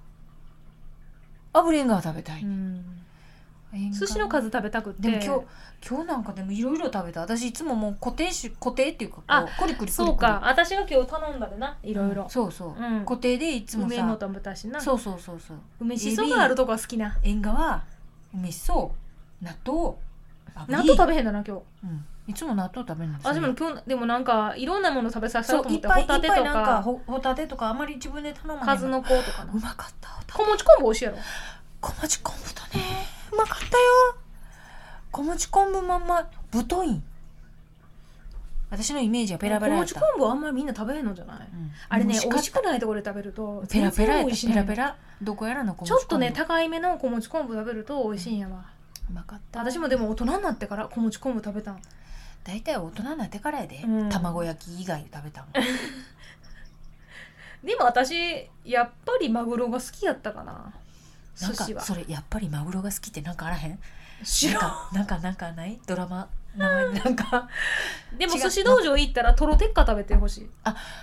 [SPEAKER 2] 炙りんがを食べたい、
[SPEAKER 1] うん、
[SPEAKER 2] 縁側
[SPEAKER 1] 寿司の数食べたくって
[SPEAKER 2] でも今日今日なんかでもいろいろ食べた私いつももう固定種固定っていうかこ
[SPEAKER 1] あ
[SPEAKER 2] うコリコリコリコリ
[SPEAKER 1] そうか私が今日頼んだでないろいろ
[SPEAKER 2] そうそう、
[SPEAKER 1] うん
[SPEAKER 2] 固定でいつも
[SPEAKER 1] 梅も
[SPEAKER 2] さ
[SPEAKER 1] 食べたしな
[SPEAKER 2] そうそうそうそう
[SPEAKER 1] 梅しそがあるとこは好きな
[SPEAKER 2] 縁側梅しそ納豆炙り
[SPEAKER 1] 納豆食べへんだな今日
[SPEAKER 2] うん、いつも納豆食べるんですよ
[SPEAKER 1] あでも今日でもなんかいろんなもの食べさせた
[SPEAKER 2] そ
[SPEAKER 1] と
[SPEAKER 2] うい
[SPEAKER 1] 思っ
[SPEAKER 2] ってぱ
[SPEAKER 1] ホ
[SPEAKER 2] いいっぱ
[SPEAKER 1] タ
[SPEAKER 2] い
[SPEAKER 1] テと
[SPEAKER 2] なんか
[SPEAKER 1] か
[SPEAKER 2] ほホタテとかあんまり自分で頼まない
[SPEAKER 1] 数の子とか
[SPEAKER 2] う
[SPEAKER 1] な
[SPEAKER 2] まかったホタテ
[SPEAKER 1] 小餅昆布美味しいやろ
[SPEAKER 2] 小餅昆布だねうまかったよ小餅昆布まんま太いん私のイメージはペラペラやっ
[SPEAKER 1] 小
[SPEAKER 2] た
[SPEAKER 1] 餅、昆布はあんまりみんな食べへんのじゃない
[SPEAKER 2] うん
[SPEAKER 1] あれね
[SPEAKER 2] し
[SPEAKER 1] 美
[SPEAKER 2] かっ
[SPEAKER 1] 味しくないところで食べると
[SPEAKER 2] ペラペラ
[SPEAKER 1] 全然美
[SPEAKER 2] やった
[SPEAKER 1] 味し
[SPEAKER 2] ペ
[SPEAKER 1] ない
[SPEAKER 2] ラペラどこやらの小
[SPEAKER 1] ちょ
[SPEAKER 2] 餅
[SPEAKER 1] っと
[SPEAKER 2] 昆布
[SPEAKER 1] ね高いめの小餅昆布食べると美味しいんやわ
[SPEAKER 2] うまかった
[SPEAKER 1] 私もでも大人になってから小餅昆布食べたん
[SPEAKER 2] 大体大人になってからやで、
[SPEAKER 1] うん
[SPEAKER 2] 卵焼き以外食べたもん
[SPEAKER 1] でも私やっぱりマグロが好きやったかな
[SPEAKER 2] な
[SPEAKER 1] 寿
[SPEAKER 2] んか
[SPEAKER 1] 司は
[SPEAKER 2] それやっぱりマグロが好きってなんかあらへん
[SPEAKER 1] 知
[SPEAKER 2] なん
[SPEAKER 1] らん
[SPEAKER 2] かなんかなんかないドラマ名前なんか
[SPEAKER 1] でも
[SPEAKER 2] 違う
[SPEAKER 1] 寿司道場行ったらトロテッカ食べてほしい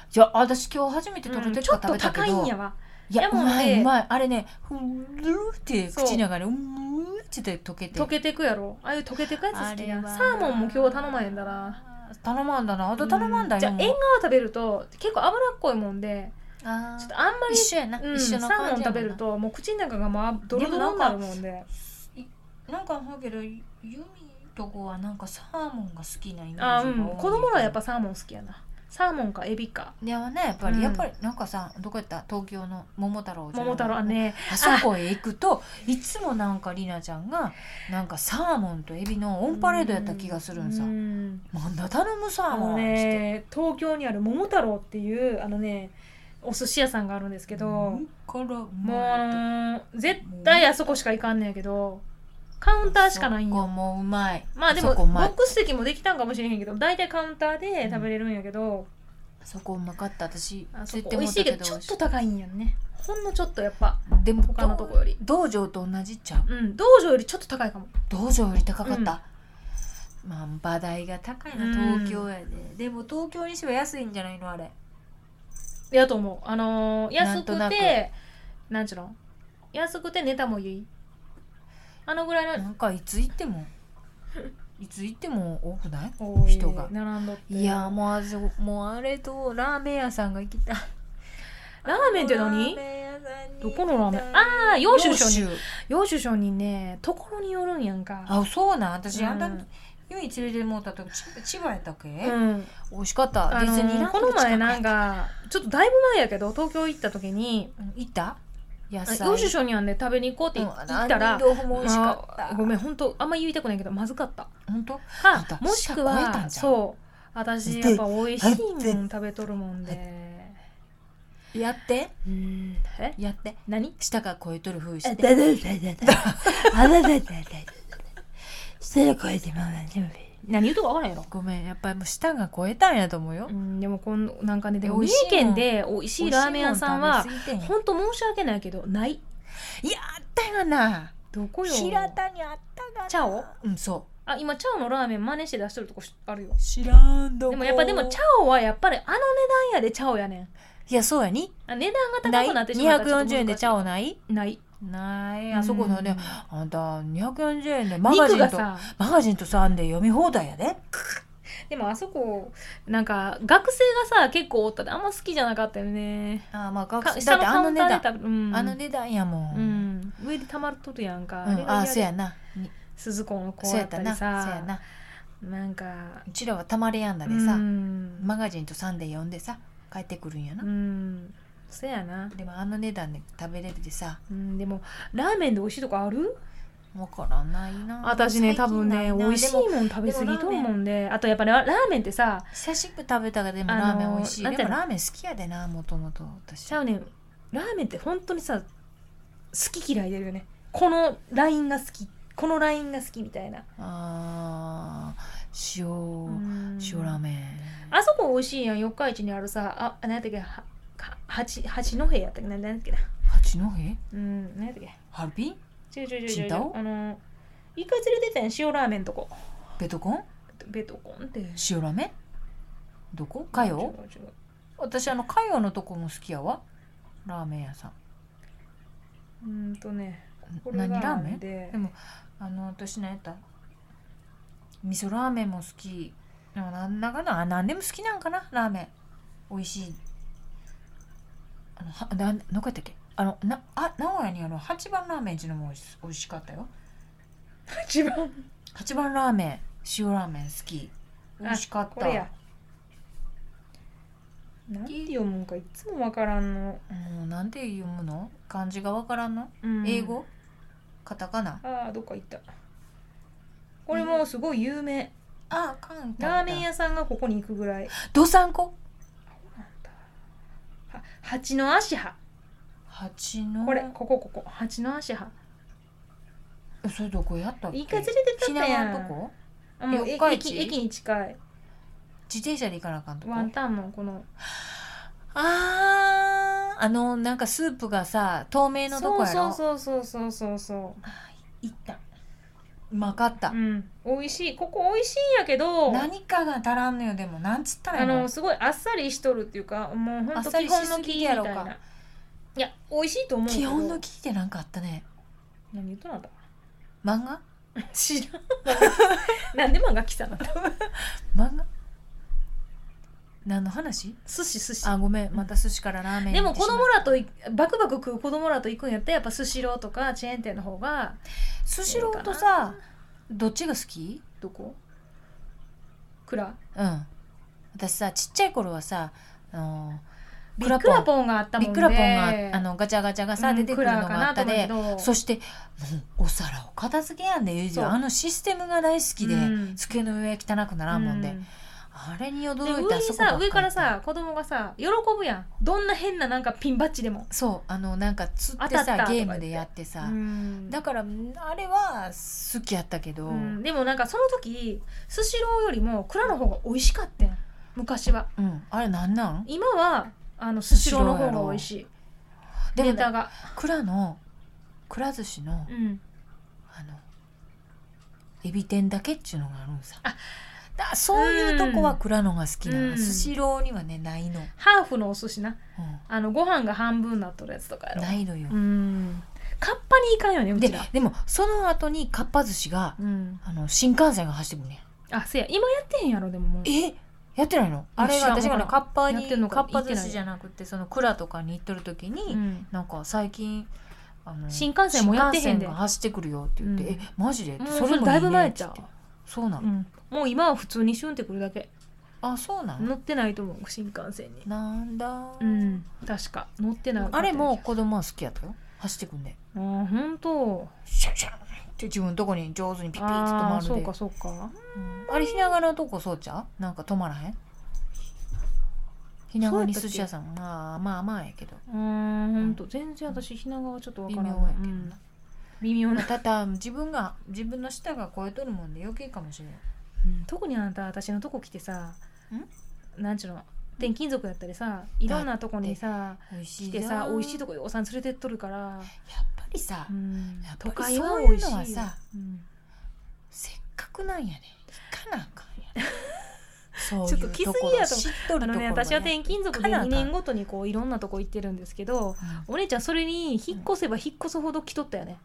[SPEAKER 2] じゃあ私今日初めてト
[SPEAKER 1] う
[SPEAKER 2] ロ
[SPEAKER 1] ん
[SPEAKER 2] テッ
[SPEAKER 1] ちょっ
[SPEAKER 2] カ食
[SPEAKER 1] と
[SPEAKER 2] べたけど、
[SPEAKER 1] 高いんやわ
[SPEAKER 2] いや
[SPEAKER 1] で
[SPEAKER 2] う
[SPEAKER 1] も
[SPEAKER 2] ま
[SPEAKER 1] ね
[SPEAKER 2] いうまいあれねふるーって
[SPEAKER 1] そう
[SPEAKER 2] 口の中でうーんって溶けて
[SPEAKER 1] 溶けてくやろああいう溶けてくやつ好き
[SPEAKER 2] あ
[SPEAKER 1] や
[SPEAKER 2] れは
[SPEAKER 1] サーモンも今日頼まへんだな
[SPEAKER 2] 頼まんだなあと頼まんだよ
[SPEAKER 1] じゃあ縁側食べると結構脂っこいもんで
[SPEAKER 2] あ
[SPEAKER 1] ちょっ
[SPEAKER 2] ー
[SPEAKER 1] とあんまり
[SPEAKER 2] 一緒やな、
[SPEAKER 1] うん、
[SPEAKER 2] 一緒の
[SPEAKER 1] サーモ
[SPEAKER 2] 感
[SPEAKER 1] ン
[SPEAKER 2] じ
[SPEAKER 1] 食
[SPEAKER 2] やも
[SPEAKER 1] べ
[SPEAKER 2] ん
[SPEAKER 1] る
[SPEAKER 2] な
[SPEAKER 1] ともう口の中がまあドロドロになるもんで
[SPEAKER 2] なんか思うけどユミとこはなんかサーモンが好きなイメージが
[SPEAKER 1] あ
[SPEAKER 2] 多い
[SPEAKER 1] うん子供らやっぱサーモン好きやなサーモンかエビか
[SPEAKER 2] いやねやっぱり、
[SPEAKER 1] うん
[SPEAKER 2] やっぱりなんかさどこやった東京の桃太郎じゃない
[SPEAKER 1] 桃太郎ね
[SPEAKER 2] あそこへ行くといつもなんかりなちゃんがなんかサーモンとエビのオンパレードやった気がするんさ
[SPEAKER 1] う
[SPEAKER 2] 「
[SPEAKER 1] ん
[SPEAKER 2] なんだ頼むサ
[SPEAKER 1] あ
[SPEAKER 2] ー
[SPEAKER 1] の
[SPEAKER 2] モン」っつって。
[SPEAKER 1] ね東京にある桃太郎っていうあのねお寿司屋さんがあるんですけど、
[SPEAKER 2] これも
[SPEAKER 1] もうあのー絶対あそこしか行かんねんやけどカウンターしかないん
[SPEAKER 2] そこ
[SPEAKER 1] よ
[SPEAKER 2] もううまい
[SPEAKER 1] まあでも
[SPEAKER 2] そ
[SPEAKER 1] ボ
[SPEAKER 2] こうま
[SPEAKER 1] ッ
[SPEAKER 2] い
[SPEAKER 1] クス席もできたんかもしれへんけど大体カウンターで食べれるんやけど、
[SPEAKER 2] そこうまかった私
[SPEAKER 1] あそ
[SPEAKER 2] 連れ
[SPEAKER 1] こ
[SPEAKER 2] て
[SPEAKER 1] 美
[SPEAKER 2] も
[SPEAKER 1] 味
[SPEAKER 2] ら
[SPEAKER 1] しいけどちょっと高いんやんねほんのちょっとやっぱ
[SPEAKER 2] でも
[SPEAKER 1] 他のとこより
[SPEAKER 2] 道場と同じちゃう
[SPEAKER 1] うん道場よりちょっと高いかも
[SPEAKER 2] 道場より高かった、まあ場代が高いな
[SPEAKER 1] うん
[SPEAKER 2] 東京やで、でも東京にしては安いんじゃないのあれ
[SPEAKER 1] やと思うあのー安くて
[SPEAKER 2] なんとなく
[SPEAKER 1] なんちゅうの安くてネタもいいあのぐらいの
[SPEAKER 2] なんかいつ行って もいつ行っても多くない
[SPEAKER 1] おー
[SPEAKER 2] 人が
[SPEAKER 1] 並んどって
[SPEAKER 2] いやーもうあそもうあれとラーメン屋さんが行きたい
[SPEAKER 1] ラーメンって何
[SPEAKER 2] ラーメン屋さんに
[SPEAKER 1] ど
[SPEAKER 2] 行きたい
[SPEAKER 1] このラーメンああ揚州商人
[SPEAKER 2] 揚州
[SPEAKER 1] 揚州商人ねところによるんやんか
[SPEAKER 2] あそうなん私、あんな
[SPEAKER 1] うん
[SPEAKER 2] ユミ連れてもうたとこ千千葉やったっけ、
[SPEAKER 1] うん
[SPEAKER 2] 美味しかった
[SPEAKER 1] あ
[SPEAKER 2] ディズニー
[SPEAKER 1] の
[SPEAKER 2] ランド
[SPEAKER 1] こ
[SPEAKER 2] の
[SPEAKER 1] の
[SPEAKER 2] 近く
[SPEAKER 1] 前
[SPEAKER 2] や
[SPEAKER 1] なんかちょっとだいぶ前やけど東京行った時に
[SPEAKER 2] うん行った野
[SPEAKER 1] あ
[SPEAKER 2] 菜
[SPEAKER 1] 揚州商人はね食べに行こうって言
[SPEAKER 2] うん
[SPEAKER 1] ったら
[SPEAKER 2] 杏仁豆腐も美味しかった、
[SPEAKER 1] まあごめん本当あんま言いたくないけどまずかった
[SPEAKER 2] 本当あん
[SPEAKER 1] か
[SPEAKER 2] た
[SPEAKER 1] もしく
[SPEAKER 2] 舌肥えた
[SPEAKER 1] は
[SPEAKER 2] んじゃん
[SPEAKER 1] そう私
[SPEAKER 3] で
[SPEAKER 1] やっぱ美味しい
[SPEAKER 3] で
[SPEAKER 1] もん食べとるもんで
[SPEAKER 2] やって
[SPEAKER 1] うんえ
[SPEAKER 2] やって
[SPEAKER 1] 何
[SPEAKER 2] 舌が超えとる風
[SPEAKER 3] あ
[SPEAKER 2] して
[SPEAKER 3] だだだだだ。あだだだだだ。舌の声でママに。
[SPEAKER 1] 何言うとか分からんやろ
[SPEAKER 2] ごめんやっぱりもう舌が超えたんやと思うよ
[SPEAKER 1] うんでもこんなんかねで
[SPEAKER 2] 美
[SPEAKER 1] 三
[SPEAKER 2] 味
[SPEAKER 1] 重
[SPEAKER 2] しいも
[SPEAKER 1] 県
[SPEAKER 2] ん
[SPEAKER 1] で美味しいラーメン屋さんは
[SPEAKER 2] 美味しいもん食べ過ぎてんや
[SPEAKER 1] ほんと申し訳ないけどない
[SPEAKER 2] いやあったよな
[SPEAKER 1] どこよ
[SPEAKER 2] にあったが
[SPEAKER 1] チャオ
[SPEAKER 2] うんそ
[SPEAKER 1] あ今チャオのラーメン真似して出してるとこあるよ
[SPEAKER 2] う知らんどこ
[SPEAKER 1] でもやっぱでもチャオはやっぱりあの値段やでチャオやねん
[SPEAKER 2] いやそうやに
[SPEAKER 1] あ値段が
[SPEAKER 2] ない
[SPEAKER 1] 高くなってしまったらちょっと難しい
[SPEAKER 2] 240円でチャオない
[SPEAKER 1] ない
[SPEAKER 2] ないあそこのね
[SPEAKER 1] うん
[SPEAKER 2] あんた240円でマガ
[SPEAKER 1] 肉
[SPEAKER 2] ジン
[SPEAKER 1] が
[SPEAKER 2] と
[SPEAKER 1] さ
[SPEAKER 2] マガジンとさんで読み放題やで
[SPEAKER 1] でもあそこなんか学生がさ結構おったであんま好きじゃなかったよね
[SPEAKER 2] あまあ
[SPEAKER 1] か
[SPEAKER 2] 学生
[SPEAKER 1] 下
[SPEAKER 2] だっ
[SPEAKER 1] の
[SPEAKER 2] て
[SPEAKER 1] カ
[SPEAKER 2] あ
[SPEAKER 1] ウ
[SPEAKER 2] の
[SPEAKER 1] ン
[SPEAKER 2] 値
[SPEAKER 1] ターで
[SPEAKER 2] 段
[SPEAKER 1] 食べうん
[SPEAKER 2] あの値段やも
[SPEAKER 1] うんん上でたまるとるやんか、
[SPEAKER 2] うん
[SPEAKER 1] れが嫌
[SPEAKER 2] あ
[SPEAKER 1] で
[SPEAKER 2] そうやなに
[SPEAKER 1] 鈴子の子
[SPEAKER 2] そう
[SPEAKER 1] や
[SPEAKER 2] や
[SPEAKER 1] っ
[SPEAKER 2] った
[SPEAKER 1] たり
[SPEAKER 2] なそう
[SPEAKER 1] さ
[SPEAKER 2] やな
[SPEAKER 1] なんか
[SPEAKER 2] うちらはたまりやんだで
[SPEAKER 1] う
[SPEAKER 2] さ
[SPEAKER 1] ん
[SPEAKER 2] マガジンとサンデー読んでさ帰ってくるんやな
[SPEAKER 1] うんそやな、
[SPEAKER 2] でもあの値段で食べれるでさ
[SPEAKER 1] うん、でもラーメンで美味しいとこある
[SPEAKER 2] わからないな
[SPEAKER 1] 私ね多分ね
[SPEAKER 2] 最近ない
[SPEAKER 1] 美
[SPEAKER 2] な
[SPEAKER 1] 味しい
[SPEAKER 2] でも
[SPEAKER 1] もん食べ過ぎと
[SPEAKER 2] でもラーメン
[SPEAKER 1] 思うんであとやっぱねラーメンってさ
[SPEAKER 2] 久しく食べたがでも
[SPEAKER 1] あのー
[SPEAKER 2] ラーメン美味しい
[SPEAKER 1] なんて
[SPEAKER 2] で
[SPEAKER 1] いう
[SPEAKER 2] も
[SPEAKER 1] の
[SPEAKER 2] ラーメン好きやでなもともと私
[SPEAKER 1] ちゃうねんラーメンって本当にさ好き嫌い出るよねこのラインが好きこのラインが好きみたいな
[SPEAKER 2] あー塩
[SPEAKER 1] うん
[SPEAKER 2] 塩ラーメン
[SPEAKER 1] あそこ美味しいやん四日市にあるさあ何やったっけはは八八戸やったっけな何やったっけな
[SPEAKER 2] 八戸
[SPEAKER 1] うん何やったっ
[SPEAKER 2] ハルピン
[SPEAKER 1] け違う違う違う
[SPEAKER 2] チ
[SPEAKER 1] 違
[SPEAKER 2] ン
[SPEAKER 1] う
[SPEAKER 2] タオ
[SPEAKER 1] あの一回連れてったやん塩ラーメンとこ
[SPEAKER 2] ベトコン
[SPEAKER 1] ベトコンって
[SPEAKER 2] 塩ラーメンどこかよ
[SPEAKER 1] 違う違う
[SPEAKER 2] 私あのかよのとこも好きやわラーメン屋さん
[SPEAKER 1] うーんとねこれ
[SPEAKER 2] 何ラーメン
[SPEAKER 1] で
[SPEAKER 2] でもあの私何やった味噌ラーメンも好きでもなんだかなあ何でも好きなんかなラーメン美味しいあのはなんどこやったっけあのなあ名古屋にあの八番ラーメンっていうのも美味し美味しかったよ
[SPEAKER 1] 一番
[SPEAKER 2] 八番ラーメン塩ラーメン好き
[SPEAKER 1] あ
[SPEAKER 2] 美味しかっ
[SPEAKER 1] こ
[SPEAKER 2] た
[SPEAKER 1] れや何て読むんかいつもわからんの、
[SPEAKER 2] もうなんて読むの漢字がわからんの、
[SPEAKER 1] うん
[SPEAKER 2] 英語カタカナ
[SPEAKER 1] ああどっか行ったこれもすごい有名
[SPEAKER 2] あ簡単だ
[SPEAKER 1] ラーメン屋さんがここに行くぐらい
[SPEAKER 2] どさんこ
[SPEAKER 1] は蜂の足派
[SPEAKER 2] 八の
[SPEAKER 1] これここここ蜂の足派
[SPEAKER 2] えそれどこやったっけ
[SPEAKER 1] 一回連れてったったやん
[SPEAKER 2] ひなわんとこ
[SPEAKER 1] あもうえ
[SPEAKER 2] 四日
[SPEAKER 1] 駅
[SPEAKER 2] 市
[SPEAKER 1] 駅に近い
[SPEAKER 2] 自転車で行かなあかんとこ
[SPEAKER 1] ワンタンのこの
[SPEAKER 2] あーあのなんかスープがさ透明のとこ
[SPEAKER 1] そう
[SPEAKER 2] やろ
[SPEAKER 1] そうそうそうそうそう
[SPEAKER 2] 行ったうまかった、
[SPEAKER 1] うん美味しいここ美味しいんやけど
[SPEAKER 2] 何かが足らんのよでもなんつったらい
[SPEAKER 1] あ
[SPEAKER 2] いの
[SPEAKER 1] のすごいあっさりしとるっていうかもうほ
[SPEAKER 2] あ
[SPEAKER 1] ん
[SPEAKER 2] っ
[SPEAKER 1] と
[SPEAKER 2] さ
[SPEAKER 1] 基
[SPEAKER 2] りし
[SPEAKER 1] 本の
[SPEAKER 2] す
[SPEAKER 1] 木
[SPEAKER 2] ぎ
[SPEAKER 1] み
[SPEAKER 2] や
[SPEAKER 1] たい
[SPEAKER 2] ろか
[SPEAKER 1] ないや美味しいと思うけど
[SPEAKER 2] 基本の聞いてなんかあったね
[SPEAKER 1] 何言っとなんだ
[SPEAKER 2] 漫画
[SPEAKER 1] 知らんなんで漫画来たの
[SPEAKER 2] 漫画何の話
[SPEAKER 1] 寿司寿司
[SPEAKER 2] あごめんまた寿司からラーメンに
[SPEAKER 1] で
[SPEAKER 2] 行っ
[SPEAKER 1] も
[SPEAKER 2] て
[SPEAKER 1] 子
[SPEAKER 2] しまう
[SPEAKER 1] 供らといバクバク食う子供らと行くんやったらやっぱスシローとかチェーン店の方が
[SPEAKER 2] スシローとさどっちが好き
[SPEAKER 1] どこ蔵
[SPEAKER 2] うん私さちっちゃい頃はさあの
[SPEAKER 1] ビ
[SPEAKER 2] クラ
[SPEAKER 1] ック
[SPEAKER 2] ポ
[SPEAKER 1] ラ
[SPEAKER 2] ン
[SPEAKER 1] ポンがあったも
[SPEAKER 2] ビ
[SPEAKER 1] ん
[SPEAKER 2] ッ
[SPEAKER 1] で
[SPEAKER 2] クラポンがあのガチャガチャがさ、
[SPEAKER 1] うん
[SPEAKER 2] 出てくるの
[SPEAKER 1] 蔵か
[SPEAKER 2] が
[SPEAKER 1] な
[SPEAKER 2] あった
[SPEAKER 1] と思うけ
[SPEAKER 2] で
[SPEAKER 1] ど
[SPEAKER 2] そしてもうお皿を片付けやんでゆうじは
[SPEAKER 1] そう
[SPEAKER 2] あのシステムが大好きで、
[SPEAKER 1] うん
[SPEAKER 2] 机の上汚くならんもんで、
[SPEAKER 1] う
[SPEAKER 2] あれに
[SPEAKER 1] で
[SPEAKER 2] 驚い
[SPEAKER 1] 上
[SPEAKER 2] た
[SPEAKER 1] に
[SPEAKER 2] そこばっ
[SPEAKER 1] さ
[SPEAKER 2] かり
[SPEAKER 1] 上からさ子供がさ喜ぶやんどんな変ななんかピンバッジでも
[SPEAKER 2] そうあのなんか釣っ
[SPEAKER 1] 当
[SPEAKER 2] て
[SPEAKER 1] たった
[SPEAKER 2] さ
[SPEAKER 1] とか
[SPEAKER 2] ゲ
[SPEAKER 1] 言って
[SPEAKER 2] ームでやってさ、
[SPEAKER 1] うん
[SPEAKER 2] だからあれは好きやったけど、う
[SPEAKER 1] うんん、でもなんかその時スシローよりも蔵の方が美味しかったん昔は
[SPEAKER 2] あれなんなん
[SPEAKER 1] 今はあのスシローの方が美味しい
[SPEAKER 2] でも
[SPEAKER 1] ネタが、
[SPEAKER 2] 蔵のくら寿司の、
[SPEAKER 1] うん、
[SPEAKER 2] あのエビ天だけっちゅうのがあるんさだそういうとこは蔵のが好きな
[SPEAKER 1] う
[SPEAKER 2] の
[SPEAKER 1] ん
[SPEAKER 2] スシローにはねないの、
[SPEAKER 1] ハーフのお寿司な
[SPEAKER 2] う
[SPEAKER 1] あのご飯が半分なっとるやつとかや
[SPEAKER 2] ん、
[SPEAKER 1] ろ
[SPEAKER 2] ないのよ、
[SPEAKER 1] うんカッパにいかんよねうち
[SPEAKER 2] で
[SPEAKER 1] ら
[SPEAKER 2] でもその後にかっぱ寿司が
[SPEAKER 1] うん
[SPEAKER 2] あの新幹線が走ってくるね
[SPEAKER 1] あせや今やってへんやろでももうん
[SPEAKER 2] えやってないのあれ
[SPEAKER 1] 知
[SPEAKER 2] が
[SPEAKER 1] らん
[SPEAKER 2] 私がね
[SPEAKER 1] わ
[SPEAKER 2] か
[SPEAKER 1] か
[SPEAKER 2] っぱ
[SPEAKER 1] やっ
[SPEAKER 2] に
[SPEAKER 1] てんの
[SPEAKER 2] か
[SPEAKER 1] か
[SPEAKER 2] っぱ
[SPEAKER 1] 行っ
[SPEAKER 2] 寿
[SPEAKER 1] てな
[SPEAKER 2] 司
[SPEAKER 1] い
[SPEAKER 2] じゃなくてその蔵とかに行っとる時に、
[SPEAKER 1] うん
[SPEAKER 2] なんか最近あの
[SPEAKER 1] 新幹線もやってへんで
[SPEAKER 2] 新幹線が走ってくるよって言って「
[SPEAKER 1] うん
[SPEAKER 2] えマジで?」って
[SPEAKER 1] もう
[SPEAKER 2] そ
[SPEAKER 1] そ
[SPEAKER 2] れ
[SPEAKER 1] れ
[SPEAKER 2] も
[SPEAKER 1] だ
[SPEAKER 2] い
[SPEAKER 1] い
[SPEAKER 2] い
[SPEAKER 1] ぶ
[SPEAKER 2] ね
[SPEAKER 1] 前
[SPEAKER 2] っ
[SPEAKER 1] ち
[SPEAKER 2] つ
[SPEAKER 1] ゃ
[SPEAKER 2] っ
[SPEAKER 1] う
[SPEAKER 2] てそうな
[SPEAKER 1] う
[SPEAKER 2] の、
[SPEAKER 1] んもう今は普通にシュンってくるだけ
[SPEAKER 2] あそうなの
[SPEAKER 1] 乗ってないと思う新幹線に
[SPEAKER 2] なんだ、
[SPEAKER 1] うん確か乗ってない
[SPEAKER 2] あれも子供は好きやったよ走ってくんね
[SPEAKER 1] ああほんと
[SPEAKER 2] シャンシャンて自分のとこに上手にピピッと止
[SPEAKER 1] あ
[SPEAKER 2] ま
[SPEAKER 1] あ
[SPEAKER 2] る
[SPEAKER 1] そう
[SPEAKER 2] で
[SPEAKER 1] かそうか
[SPEAKER 2] うんあれひながらのとこそうちゃうなんか止まらへんひながらに寿司屋さんまあまあまあやけど
[SPEAKER 1] うーんほんと全然私品川ちょっとわからない
[SPEAKER 2] 微妙やけど
[SPEAKER 1] う
[SPEAKER 2] な
[SPEAKER 1] ん微妙な
[SPEAKER 2] ただ自分が自分の舌が超えとるもんで余計かもしれない
[SPEAKER 1] 特にあなた私のとこ来てさなんちゅうの転勤族やったりさいろんなとこにさ
[SPEAKER 2] 美味し
[SPEAKER 1] 来
[SPEAKER 2] い
[SPEAKER 1] てさ美味しいと
[SPEAKER 2] こ
[SPEAKER 1] こおさん連れてっとるから、
[SPEAKER 2] やっぱりさ、
[SPEAKER 1] うん
[SPEAKER 2] やっ
[SPEAKER 1] 都
[SPEAKER 2] ぱり
[SPEAKER 1] 会は
[SPEAKER 2] そう
[SPEAKER 1] 美
[SPEAKER 2] いう
[SPEAKER 1] 味しい
[SPEAKER 2] の
[SPEAKER 1] よ
[SPEAKER 2] はさ
[SPEAKER 1] うん
[SPEAKER 2] せっかくなんやね行かなあかんや ねそう
[SPEAKER 1] ちょっ
[SPEAKER 2] い
[SPEAKER 1] と
[SPEAKER 2] う
[SPEAKER 1] 来すぎ
[SPEAKER 2] と
[SPEAKER 1] や思
[SPEAKER 2] ことろ
[SPEAKER 1] う
[SPEAKER 2] 知っ
[SPEAKER 1] あ
[SPEAKER 2] とるところ
[SPEAKER 1] の
[SPEAKER 2] が
[SPEAKER 1] ね
[SPEAKER 2] ね
[SPEAKER 1] 私は転勤族で
[SPEAKER 2] 行かなあ
[SPEAKER 1] 2
[SPEAKER 2] かん
[SPEAKER 1] 年ごとにこういろんなとこ行ってるんですけどお姉ちゃんそれに引っ越せば引っ越すほど来とったよね、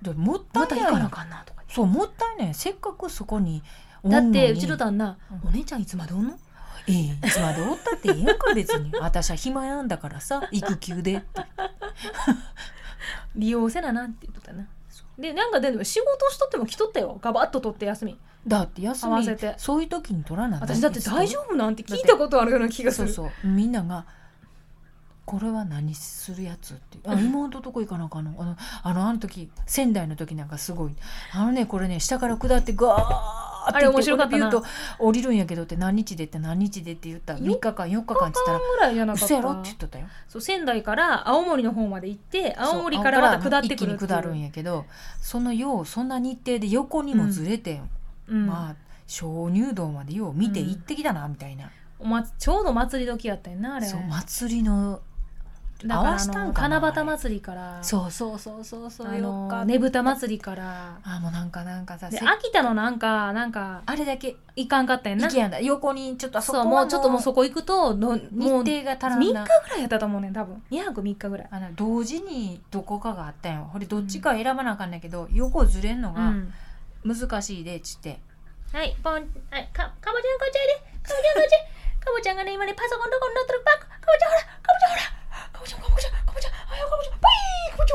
[SPEAKER 2] でもった
[SPEAKER 1] ま
[SPEAKER 2] い
[SPEAKER 1] た
[SPEAKER 2] ない
[SPEAKER 1] 行
[SPEAKER 2] や
[SPEAKER 1] かな
[SPEAKER 2] ん
[SPEAKER 1] あかんなとか
[SPEAKER 2] そうもったいないせっかくそこにおん
[SPEAKER 1] だ
[SPEAKER 2] の
[SPEAKER 1] っ
[SPEAKER 2] に
[SPEAKER 1] てうちの旦那、
[SPEAKER 2] うん
[SPEAKER 1] お姉ちゃんいつまでおんの
[SPEAKER 2] ええいつまでおったっていいやんか別 に私は暇やんだからさ育休で
[SPEAKER 1] 利用せななって言っとったなでなんかでも仕事しとっても来とったよガバッと取って休み
[SPEAKER 2] だって休
[SPEAKER 1] 合わ
[SPEAKER 2] み
[SPEAKER 1] せて
[SPEAKER 2] そういう時に取らない
[SPEAKER 1] 私だって大丈夫なんて聞いたことあるような気がす
[SPEAKER 2] そう
[SPEAKER 1] る
[SPEAKER 2] そうみんなが「これは何するやつ?」って「あ妹とこ行かなあかんのあのあのあの時仙台の時なんかすごいあのねこれね下から下ってガーって
[SPEAKER 1] あれ面白かったな
[SPEAKER 2] 言うと降りるんやけどって何日でって何日でって言ったら
[SPEAKER 1] よっ
[SPEAKER 2] 3日間4日間って言ったら
[SPEAKER 1] ぐらいじゃ
[SPEAKER 2] 「
[SPEAKER 1] なかった
[SPEAKER 2] 嘘やろ?」って言っとったよ
[SPEAKER 1] そう仙台から青森の方まで行って青森
[SPEAKER 2] そう
[SPEAKER 1] からまた下ってくる
[SPEAKER 2] 一気に下るん
[SPEAKER 1] や、
[SPEAKER 2] やけどそのようそんな日程で横にもずれて、
[SPEAKER 1] うん
[SPEAKER 2] まあ鍾乳洞までよう見て
[SPEAKER 1] うん
[SPEAKER 2] 行ってきたなみたいな、
[SPEAKER 1] おまちょうど祭り時やったよなあれ
[SPEAKER 2] そう祭りの
[SPEAKER 1] だから
[SPEAKER 2] 合わせたんか
[SPEAKER 1] あ
[SPEAKER 2] な
[SPEAKER 1] の七夕祭りから
[SPEAKER 2] そうそうそうそうそう
[SPEAKER 1] あ
[SPEAKER 2] よ
[SPEAKER 1] の
[SPEAKER 2] かった
[SPEAKER 1] ねぶた祭りから
[SPEAKER 2] あもうなんかなんかさ
[SPEAKER 1] で
[SPEAKER 2] せ
[SPEAKER 1] 秋田のなんかなんか
[SPEAKER 2] あれだけ
[SPEAKER 1] いかんかったよ
[SPEAKER 2] 意
[SPEAKER 1] な
[SPEAKER 2] 見やんだ横にちょっとあそこ
[SPEAKER 1] そ
[SPEAKER 2] は
[SPEAKER 1] うもうちょっともうそこ行くとの
[SPEAKER 2] 日
[SPEAKER 1] も
[SPEAKER 2] 程
[SPEAKER 1] う3
[SPEAKER 2] が足らん
[SPEAKER 1] 日ぐ
[SPEAKER 2] な
[SPEAKER 1] らいやったと思うねん多分2泊3日ぐらい、
[SPEAKER 2] あの同時にどこかがあったんよこれどっちか選ばなあかんねんけど、横ずれんの
[SPEAKER 1] う
[SPEAKER 2] が
[SPEAKER 1] ん、
[SPEAKER 2] 難しいでっちって、
[SPEAKER 1] はいポンはいかかぼちゃんこっちゃいでかぼちゃんこっちゃいかぼちゃんがね今ねパソコンのとこに乗ってるパックかぼちゃんほらかぼちゃんほらかぼちゃんかぼちゃんかぼちゃんあよかぼちゃんパイーかぼち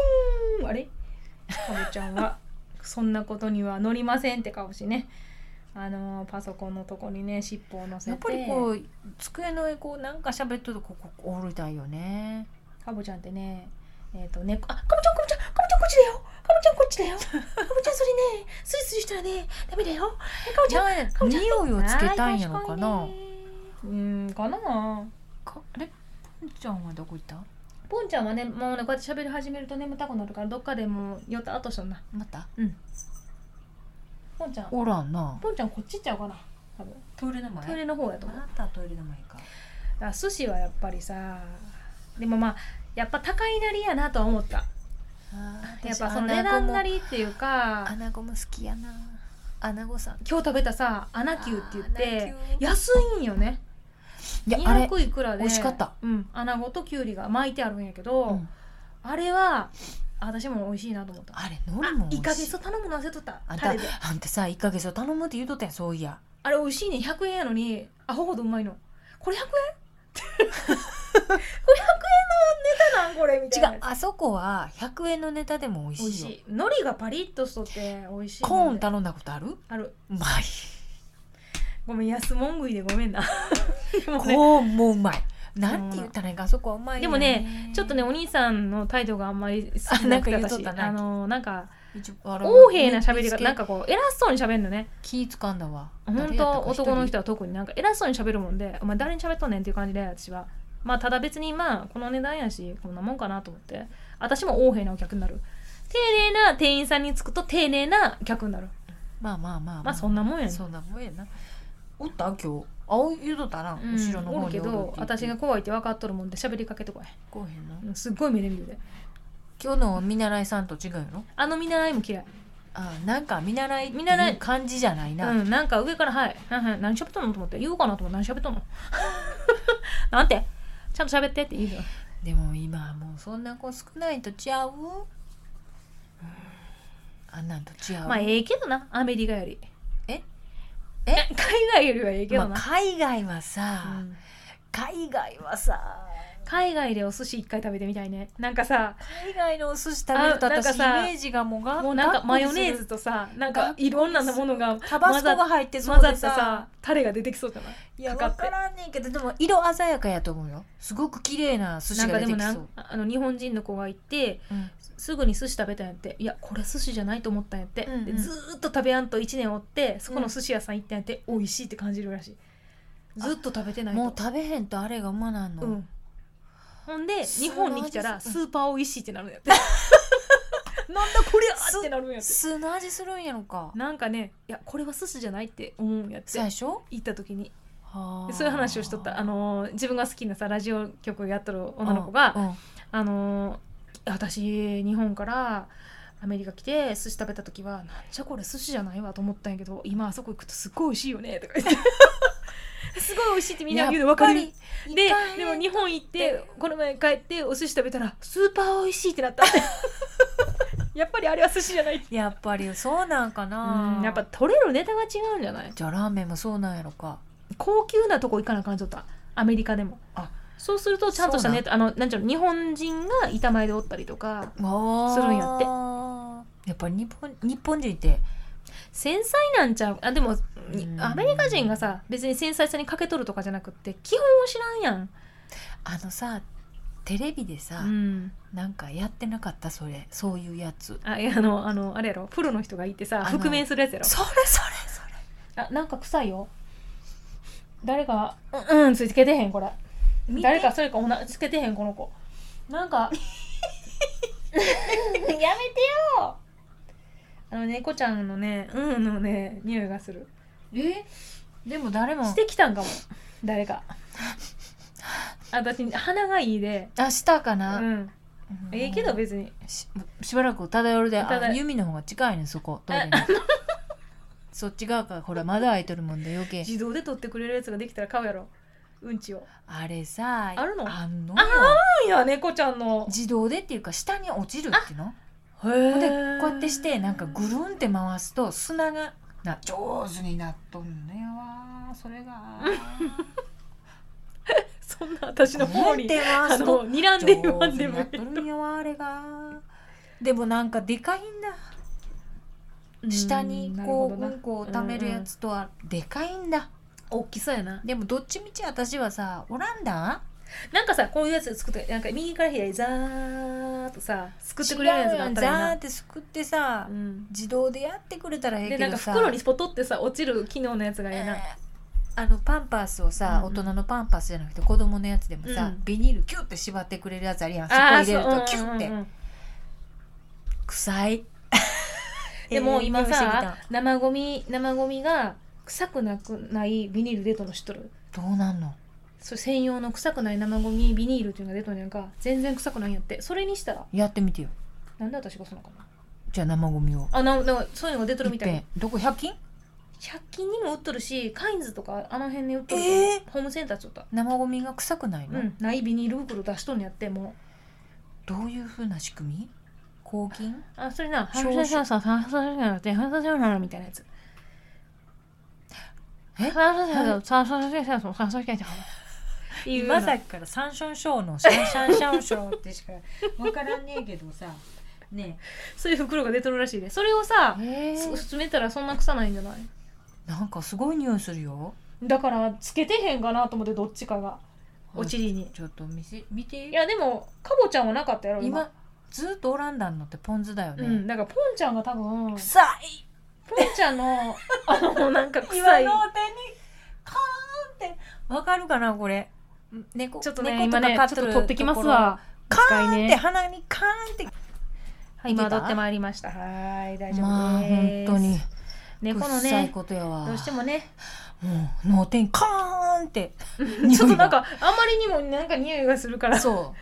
[SPEAKER 1] ゃんあれかぼちゃんはそんなことには乗りませんって顔しねあのーパソコンのとこにね尻尾を乗せて
[SPEAKER 2] やっぱりこう机の上こうなんか喋っとるとここおりたいよね
[SPEAKER 1] かぼちゃんってねえっ、とねあかぼちゃんかぼちゃんかぼちゃんこっちだよかぼちゃんこっちだよかぼちゃんそれねスリスリしたらねダメだよえかぼちゃん
[SPEAKER 2] なん
[SPEAKER 1] か
[SPEAKER 2] か
[SPEAKER 1] ぼちゃん
[SPEAKER 2] 匂いをつけたいんやろかな
[SPEAKER 1] あー賢いねうんかな
[SPEAKER 2] かあれぽんちゃんはどこ行った
[SPEAKER 1] ポンちゃんはねもうねこうやって喋り始めると眠たくなるからどっかでもう寄った後しとんな
[SPEAKER 2] また
[SPEAKER 1] ポンちゃん
[SPEAKER 2] おらんな
[SPEAKER 1] ポンちゃんこっち行っちゃうかな多分
[SPEAKER 2] トイレの
[SPEAKER 1] トイレの方やと思うだ
[SPEAKER 2] たトイレの前か
[SPEAKER 1] から寿司はやっぱりさでもまあやっぱ高いなりやなとは思ったやっぱその値段なりっていうか
[SPEAKER 2] ナゴも好きやなアナゴさん
[SPEAKER 1] 今日食べたさアナキューって言って
[SPEAKER 2] あーアナキュー
[SPEAKER 1] 安いんよね
[SPEAKER 2] いやあれ
[SPEAKER 1] 200いくらで
[SPEAKER 2] 美味しかった
[SPEAKER 1] うん、穴子ときゅうりが巻いてあるんやけど、
[SPEAKER 2] うん
[SPEAKER 1] あれは私も美味しいなと思ったあ
[SPEAKER 2] あれ海苔も美
[SPEAKER 1] イカ
[SPEAKER 2] 味
[SPEAKER 1] ゲ
[SPEAKER 2] しい
[SPEAKER 1] ソ頼むの忘れとった
[SPEAKER 2] あん
[SPEAKER 1] タ
[SPEAKER 2] た
[SPEAKER 1] レで
[SPEAKER 2] あんたさ1ヶ月を頼むって言うとったやんそういや
[SPEAKER 1] あれ美味しいね100円やのにアホほどうまいのこれ100円 これ100円のネタなんこれみた
[SPEAKER 2] 違
[SPEAKER 1] いな
[SPEAKER 2] うあそこは100円のネタでも美
[SPEAKER 1] 美
[SPEAKER 2] 味
[SPEAKER 1] 味
[SPEAKER 2] しい
[SPEAKER 1] し
[SPEAKER 2] よ
[SPEAKER 1] い海苔がパリッとしとって美味しい
[SPEAKER 2] コーン
[SPEAKER 1] た
[SPEAKER 2] 頼んだことある
[SPEAKER 1] ある
[SPEAKER 2] うまい
[SPEAKER 1] ごめん安もん食いでごめんなでもね
[SPEAKER 2] コーンもうまいなんて言ったらいいんかあそこはうまい
[SPEAKER 1] でもねちょっとねお兄さんの態度があんまり好きなくて
[SPEAKER 2] あなんか言うとっ
[SPEAKER 1] 私
[SPEAKER 2] たな
[SPEAKER 1] あのなんか横
[SPEAKER 2] 横
[SPEAKER 1] 柄な喋り方なんかこう偉そうに喋るのね
[SPEAKER 2] 気つかんだわ
[SPEAKER 1] 本当男の人
[SPEAKER 2] は
[SPEAKER 1] は特になんか偉そうに喋るもんでお前誰に喋っとんねんっていう感じで私はまあただ別にまあこの値段やしこんなもんかなと思って私も横柄なお客になる丁寧な店員さんにつくと丁寧な客になる
[SPEAKER 2] まあまあまあ
[SPEAKER 1] まあそんなもんやねん
[SPEAKER 2] そんなもんやなおった今日青い言うとったな
[SPEAKER 1] うん
[SPEAKER 2] 後ろの
[SPEAKER 1] お
[SPEAKER 2] 方
[SPEAKER 1] る
[SPEAKER 2] に
[SPEAKER 1] け
[SPEAKER 2] おる
[SPEAKER 1] ど私が怖いって分かっとるもんで喋りかけてこい
[SPEAKER 2] こうへんの
[SPEAKER 1] うんすっごい目で見るで
[SPEAKER 2] 今日の見習いさんと違うの
[SPEAKER 1] あの見習いも嫌い
[SPEAKER 2] あなんか見習いって
[SPEAKER 1] 見習
[SPEAKER 2] い
[SPEAKER 1] いう
[SPEAKER 2] 感じじゃないうな、
[SPEAKER 1] んなんか上からはいはいはい何喋っとんのと思って言うかなと思って何喋っとんの なんてちゃんと喋ってって言うの
[SPEAKER 2] でも今はもうそんな子少ないとちゃうあんなんと違う、
[SPEAKER 1] まあええけどなアメリカより
[SPEAKER 2] え
[SPEAKER 1] え 海外よりはええけどな、
[SPEAKER 2] まあ海外はさ、
[SPEAKER 1] うん
[SPEAKER 2] 海外はさ
[SPEAKER 1] 海外でお寿司一回食べてみたいねなんかさ
[SPEAKER 2] 海外のお寿司食べると
[SPEAKER 1] あなんか
[SPEAKER 2] 私イメ
[SPEAKER 1] さ
[SPEAKER 2] ージがもうが
[SPEAKER 1] もうなん
[SPEAKER 2] がっ
[SPEAKER 1] か
[SPEAKER 2] くり
[SPEAKER 1] マヨネ
[SPEAKER 2] す
[SPEAKER 1] ー
[SPEAKER 2] る
[SPEAKER 1] ズとさなんかいろんなものが
[SPEAKER 2] タバスコが入ってそ
[SPEAKER 1] 混
[SPEAKER 2] う
[SPEAKER 1] ざっ
[SPEAKER 2] で
[SPEAKER 1] たさタレが出てきそうじゃない
[SPEAKER 2] いや
[SPEAKER 1] かか
[SPEAKER 2] 分
[SPEAKER 1] って
[SPEAKER 2] からんねんけどでも色鮮やかやと思うよすごく綺麗な寿
[SPEAKER 1] なん
[SPEAKER 2] 司が
[SPEAKER 1] か
[SPEAKER 2] 出
[SPEAKER 1] で
[SPEAKER 2] て
[SPEAKER 1] も
[SPEAKER 2] きそ
[SPEAKER 1] な
[SPEAKER 2] うん
[SPEAKER 1] あの日本人の子がいて
[SPEAKER 2] うん
[SPEAKER 1] すぐに寿司食べたんやっていやこれ寿司じゃないと思ったんやって、
[SPEAKER 2] うんうん
[SPEAKER 1] でずーっと食べやんと1年おってそこの寿司屋さん行ったんやって、美味しいって感じるらしいずっと食べてないと
[SPEAKER 2] もう食べへんとあれがうまなんの、
[SPEAKER 1] うん、ほんで
[SPEAKER 2] そ
[SPEAKER 1] 日
[SPEAKER 2] の
[SPEAKER 1] 本に来たら
[SPEAKER 2] 味す
[SPEAKER 1] スーパー美味しいってな るんやってなんだこりゃーってなるんやって
[SPEAKER 2] 酢の味するんやろか
[SPEAKER 1] なんかねいやこれは寿司じゃないって思うんやって
[SPEAKER 2] 最初
[SPEAKER 1] 行った時に
[SPEAKER 2] は
[SPEAKER 1] で
[SPEAKER 2] あ
[SPEAKER 1] そういう話をしとったあのー自分が好きなさラジオ局やっとる女の子が、
[SPEAKER 2] うんうん
[SPEAKER 1] あのー私日本からアメリカ来て寿司食べた時はなんじゃこれ寿司じゃないわと思ったんやけど今あそこ行くとすっごい美味しいよねとか言 って。すごい美味しいってみんな言うの分か
[SPEAKER 2] やっ
[SPEAKER 1] る
[SPEAKER 2] ぱり
[SPEAKER 1] で
[SPEAKER 2] いかん
[SPEAKER 1] でも日本行ってこの前帰ってお寿司食べたらスーパー美味しいってなった やっぱりあれは寿司じゃないって
[SPEAKER 2] やっぱりそうなんかな
[SPEAKER 1] やっぱ取れるネタが違うんじゃない
[SPEAKER 2] じゃあラーメンもそうなんやろか
[SPEAKER 1] 高級なとこ行かなあかんちょっとアメリカでも
[SPEAKER 2] あ
[SPEAKER 1] そうするとちゃんとしたネタあのなんちゃうの日本人が板前でおったりとか
[SPEAKER 2] するん
[SPEAKER 1] んやって
[SPEAKER 2] やっぱり日本日本人って
[SPEAKER 1] 繊細なんちゃうあでもに
[SPEAKER 2] うん
[SPEAKER 1] アメリカ人がさ別に繊細さに欠けとるとかじゃなくって基本を知らんやん、
[SPEAKER 2] あのさテレビでさ、
[SPEAKER 1] うん、
[SPEAKER 2] なんかやってなかったそれそういうやつ
[SPEAKER 1] あいやあのあのあれやろプロの人がいてさ
[SPEAKER 2] あの
[SPEAKER 1] 覆面するやつやろ
[SPEAKER 2] それそれそれ
[SPEAKER 1] あなんか臭いよ誰かうんうんつけてへんこれ
[SPEAKER 2] 見て
[SPEAKER 1] 誰かそれかおなつけてへんこの子なん かやめてよあの猫ちゃんのねうんのね匂いがする
[SPEAKER 2] えでも誰も
[SPEAKER 1] してきたんかも誰かあ私鼻がいいで
[SPEAKER 2] あしたか
[SPEAKER 1] う
[SPEAKER 2] な、
[SPEAKER 1] ん
[SPEAKER 2] うん
[SPEAKER 1] ええけど別に
[SPEAKER 2] ししばらく漂るで
[SPEAKER 1] ただ
[SPEAKER 2] あ弓の方が近いねそこトイレに そっち側からほらまだ空いとるもんで余計
[SPEAKER 1] 自動で取ってくれるやつができたら買うやろうんちを
[SPEAKER 2] あれさ
[SPEAKER 1] あるの
[SPEAKER 2] あんのよ
[SPEAKER 1] いや猫ちゃんの
[SPEAKER 2] 自動でっていうか下に落ちるっていうの
[SPEAKER 1] へ
[SPEAKER 2] ほんでこうやってしてなんかぐるんって回すと砂がな上手になっとんのよわそれが
[SPEAKER 1] そんな私の方に
[SPEAKER 2] ぐるんって回
[SPEAKER 1] あ
[SPEAKER 2] すと
[SPEAKER 1] の睨んで言わ
[SPEAKER 2] 上
[SPEAKER 1] んで
[SPEAKER 2] 手に
[SPEAKER 1] も
[SPEAKER 2] ないっ
[SPEAKER 1] い
[SPEAKER 2] とるんよわあれがでもなんかでかいんだ
[SPEAKER 1] うん
[SPEAKER 2] 下にこう
[SPEAKER 1] な
[SPEAKER 2] う
[SPEAKER 1] る
[SPEAKER 2] ん
[SPEAKER 1] ほ
[SPEAKER 2] こを貯めるやつとはでかいんだ
[SPEAKER 1] どな大きそうやな
[SPEAKER 2] でもどっちみち私はさオランダ
[SPEAKER 1] なんかさこういうやつ作ってなんか右から左にザーっとさ作ってくれるやつがあった
[SPEAKER 2] 違う
[SPEAKER 1] ら
[SPEAKER 2] よ
[SPEAKER 1] いい
[SPEAKER 2] ザー
[SPEAKER 1] な
[SPEAKER 2] ってすくってさ、
[SPEAKER 1] うん
[SPEAKER 2] 自動でやってくれたらええ
[SPEAKER 1] で
[SPEAKER 2] け
[SPEAKER 1] なん
[SPEAKER 2] ど
[SPEAKER 1] か
[SPEAKER 2] さ
[SPEAKER 1] 袋にスポトってさ落ちる機能のやつがいいな、
[SPEAKER 2] あのパンパースをさ、
[SPEAKER 1] うんうん
[SPEAKER 2] 大人のパンパースじゃなくて子供のやつでもさ、
[SPEAKER 1] うん
[SPEAKER 2] ビニールキュッて縛ってくれるやつあるやんそこ
[SPEAKER 1] あ
[SPEAKER 2] 入
[SPEAKER 1] ー
[SPEAKER 2] れる
[SPEAKER 1] そう
[SPEAKER 2] とキュッて、
[SPEAKER 1] うんうんうん
[SPEAKER 2] 臭い
[SPEAKER 1] でも今
[SPEAKER 2] ええ匂いしてき
[SPEAKER 1] さ生ゴミ生ゴミが臭くなくないビニール出とんの知っとる
[SPEAKER 2] たどうなんの
[SPEAKER 1] そう専用の臭くない生ゴミビニールっていうのが出とんやんか全然臭くないんやってそれにしたら
[SPEAKER 2] やってみてよ
[SPEAKER 1] なんで私がそのかな
[SPEAKER 2] じゃあ生ゴミを
[SPEAKER 1] あななんかそういうのが出とるみたい
[SPEAKER 2] いっぺんどこ100均
[SPEAKER 1] 100均にも売っとるしカインズとかあの辺に売っとる、
[SPEAKER 2] え
[SPEAKER 1] ホームセンターちょっと
[SPEAKER 2] 生ゴミが臭くないの、
[SPEAKER 1] うんないビニール袋出しとんやっても
[SPEAKER 2] どういう風な仕組み抗菌
[SPEAKER 1] うあそれな
[SPEAKER 2] 消
[SPEAKER 1] 反
[SPEAKER 2] 臭
[SPEAKER 1] 射者さん反射者さんって反射者さんみたいなやつ
[SPEAKER 2] え
[SPEAKER 1] 反射者さん反射者さん反射者さんっていうよう
[SPEAKER 2] 今
[SPEAKER 1] な
[SPEAKER 2] さっきからサンションショーのシャンシャンシャンショーってしか分からんねえけどさね
[SPEAKER 1] そういう袋が出とるらしいでそれをさ
[SPEAKER 2] え
[SPEAKER 1] す詰めたらそんな臭ないんじゃない
[SPEAKER 2] なんかすごい匂いするよ
[SPEAKER 1] だからつけてへんかなと思ってどっちかがおちりに
[SPEAKER 2] ちょっと見せ見て
[SPEAKER 1] いやでもかぼちゃんはなかったやろ今
[SPEAKER 2] 今ずっとオランダのってポン酢だよね、
[SPEAKER 1] うんだからポンちゃんが多分
[SPEAKER 2] 臭い
[SPEAKER 1] ポンちゃんのあのなんか臭
[SPEAKER 2] 今
[SPEAKER 1] い
[SPEAKER 2] のお手にカーンってわかるかなこれん猫
[SPEAKER 1] ちょっとね
[SPEAKER 2] 猫
[SPEAKER 1] 今
[SPEAKER 2] か
[SPEAKER 1] ねちょ
[SPEAKER 2] 飼
[SPEAKER 1] っ
[SPEAKER 2] る
[SPEAKER 1] と取ってきますわ
[SPEAKER 2] ところ
[SPEAKER 1] 一回
[SPEAKER 2] カーンって
[SPEAKER 1] ね
[SPEAKER 2] 鼻にカーンって
[SPEAKER 1] はい今取ってまいりましたはい大丈夫です
[SPEAKER 2] まあ本当に
[SPEAKER 1] 猫の
[SPEAKER 2] 臭い
[SPEAKER 1] ね
[SPEAKER 2] ことやわ
[SPEAKER 1] どうしてもね
[SPEAKER 2] もう脳天カーンって
[SPEAKER 1] ちょっとなんかあまりにもなんか匂いがするから
[SPEAKER 2] そ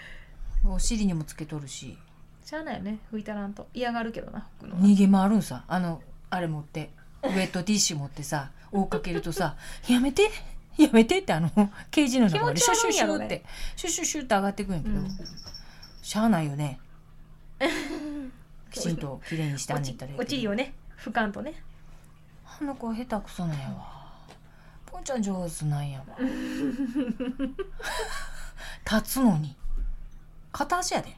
[SPEAKER 2] うお尻にもつけとるし
[SPEAKER 1] しゃあないよね拭いたらんと嫌がるけどな拭くの
[SPEAKER 2] 逃げ回るんさあのあれ持ってウェットティッシュ持ってさ追っかけるとさ「やめてやめて」ってあのケージの中
[SPEAKER 1] 気
[SPEAKER 2] でシュ
[SPEAKER 1] 持ち悪い
[SPEAKER 2] シュ
[SPEAKER 1] ん
[SPEAKER 2] シ
[SPEAKER 1] やろ
[SPEAKER 2] ュ
[SPEAKER 1] ね
[SPEAKER 2] ってシュシュシュって上がってくるんやけど、
[SPEAKER 1] うん
[SPEAKER 2] しゃあないよねきちんときれいにしてあげたらいい
[SPEAKER 1] おちり
[SPEAKER 2] よ
[SPEAKER 1] をね拭かんとね
[SPEAKER 2] あの子下手くそなんや わポンちゃん上手なんやわ食立つのに片足やで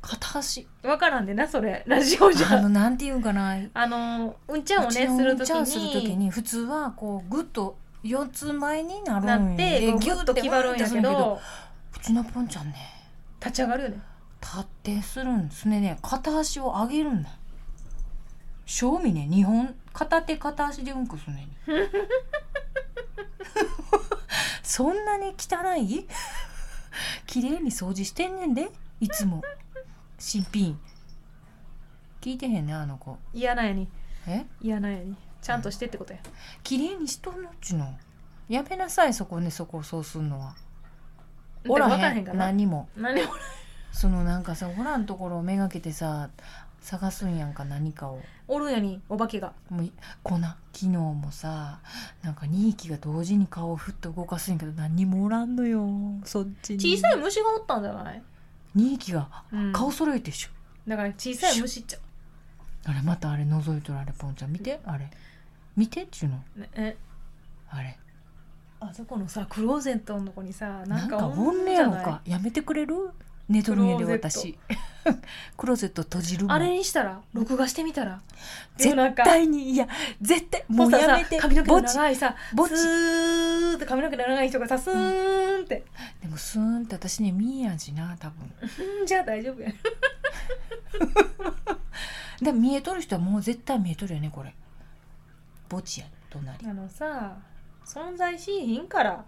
[SPEAKER 2] 片足
[SPEAKER 1] わからんでなそれラジオじ
[SPEAKER 2] あの
[SPEAKER 1] ゃ
[SPEAKER 2] なんていうんかな
[SPEAKER 1] あのうんちゃんをね
[SPEAKER 2] 立ち
[SPEAKER 1] す
[SPEAKER 2] 直
[SPEAKER 1] る
[SPEAKER 2] り
[SPEAKER 1] とき
[SPEAKER 2] ちゃうする時
[SPEAKER 1] に
[SPEAKER 2] に普通はこうグッと四つ前になる
[SPEAKER 1] なん
[SPEAKER 2] で
[SPEAKER 1] ってこうギュッと
[SPEAKER 2] て
[SPEAKER 1] 決まるんやけ
[SPEAKER 2] ワーンってする
[SPEAKER 1] ど
[SPEAKER 2] うちのポンちゃんね
[SPEAKER 1] 立ち上がるよね
[SPEAKER 2] 立ってするんですねね片足を上げるんだ正味ね二本片手片足でうんこすんねんそんなに汚い綺麗に掃除してんねんでいつも新品聞いてへんねあの子
[SPEAKER 1] 嫌なんやに
[SPEAKER 2] え
[SPEAKER 1] 嫌なんやにちゃんとしてってことや
[SPEAKER 2] 綺麗にしとんのっちのやめなさいそこねそこをそうすんのは
[SPEAKER 1] でも
[SPEAKER 2] おら
[SPEAKER 1] わか
[SPEAKER 2] へ
[SPEAKER 1] へん
[SPEAKER 2] ん
[SPEAKER 1] かな
[SPEAKER 2] 何も
[SPEAKER 1] 何も
[SPEAKER 2] そのなんかさおらんところをめがけてさ探すんやんか何かを
[SPEAKER 1] おるんやにお化けが
[SPEAKER 2] もういこな昨日もさなんか2匹が同時に顔をふっと動かすんやけど何にもおらんのよそっちに
[SPEAKER 1] 小さい虫がおったんじゃない、
[SPEAKER 2] 2匹が
[SPEAKER 1] うん
[SPEAKER 2] 顔揃えてっしょ、
[SPEAKER 1] だから小さい虫っちゃ
[SPEAKER 2] あれまたあれ覗いとるあれポンちゃん見てあれ見てっちゅうの
[SPEAKER 1] う、ねえ
[SPEAKER 2] あれ
[SPEAKER 1] あそこのさクローゼットのとこにさな
[SPEAKER 2] なんん
[SPEAKER 1] か
[SPEAKER 2] かおんねやろかやめてくれる寝とるんやで
[SPEAKER 1] クローゼット
[SPEAKER 2] 私 クローゼット閉じるもん
[SPEAKER 1] あれにしたら録画してみたら
[SPEAKER 2] 絶
[SPEAKER 1] なんか
[SPEAKER 2] 対にいや絶対もう
[SPEAKER 1] ポスターさ
[SPEAKER 2] やめて
[SPEAKER 1] 髪の毛
[SPEAKER 2] ぼ
[SPEAKER 1] の
[SPEAKER 2] ち
[SPEAKER 1] 長いさ
[SPEAKER 2] ぼち
[SPEAKER 1] スーって髪の毛の長い人がさスーンって、
[SPEAKER 2] でもスーンって私には見えやんしな多分
[SPEAKER 1] うん、じゃあ大丈夫や
[SPEAKER 2] でも見えとる人はもう絶対見えとるよねこれぼちや隣
[SPEAKER 1] あのさ存在しひんから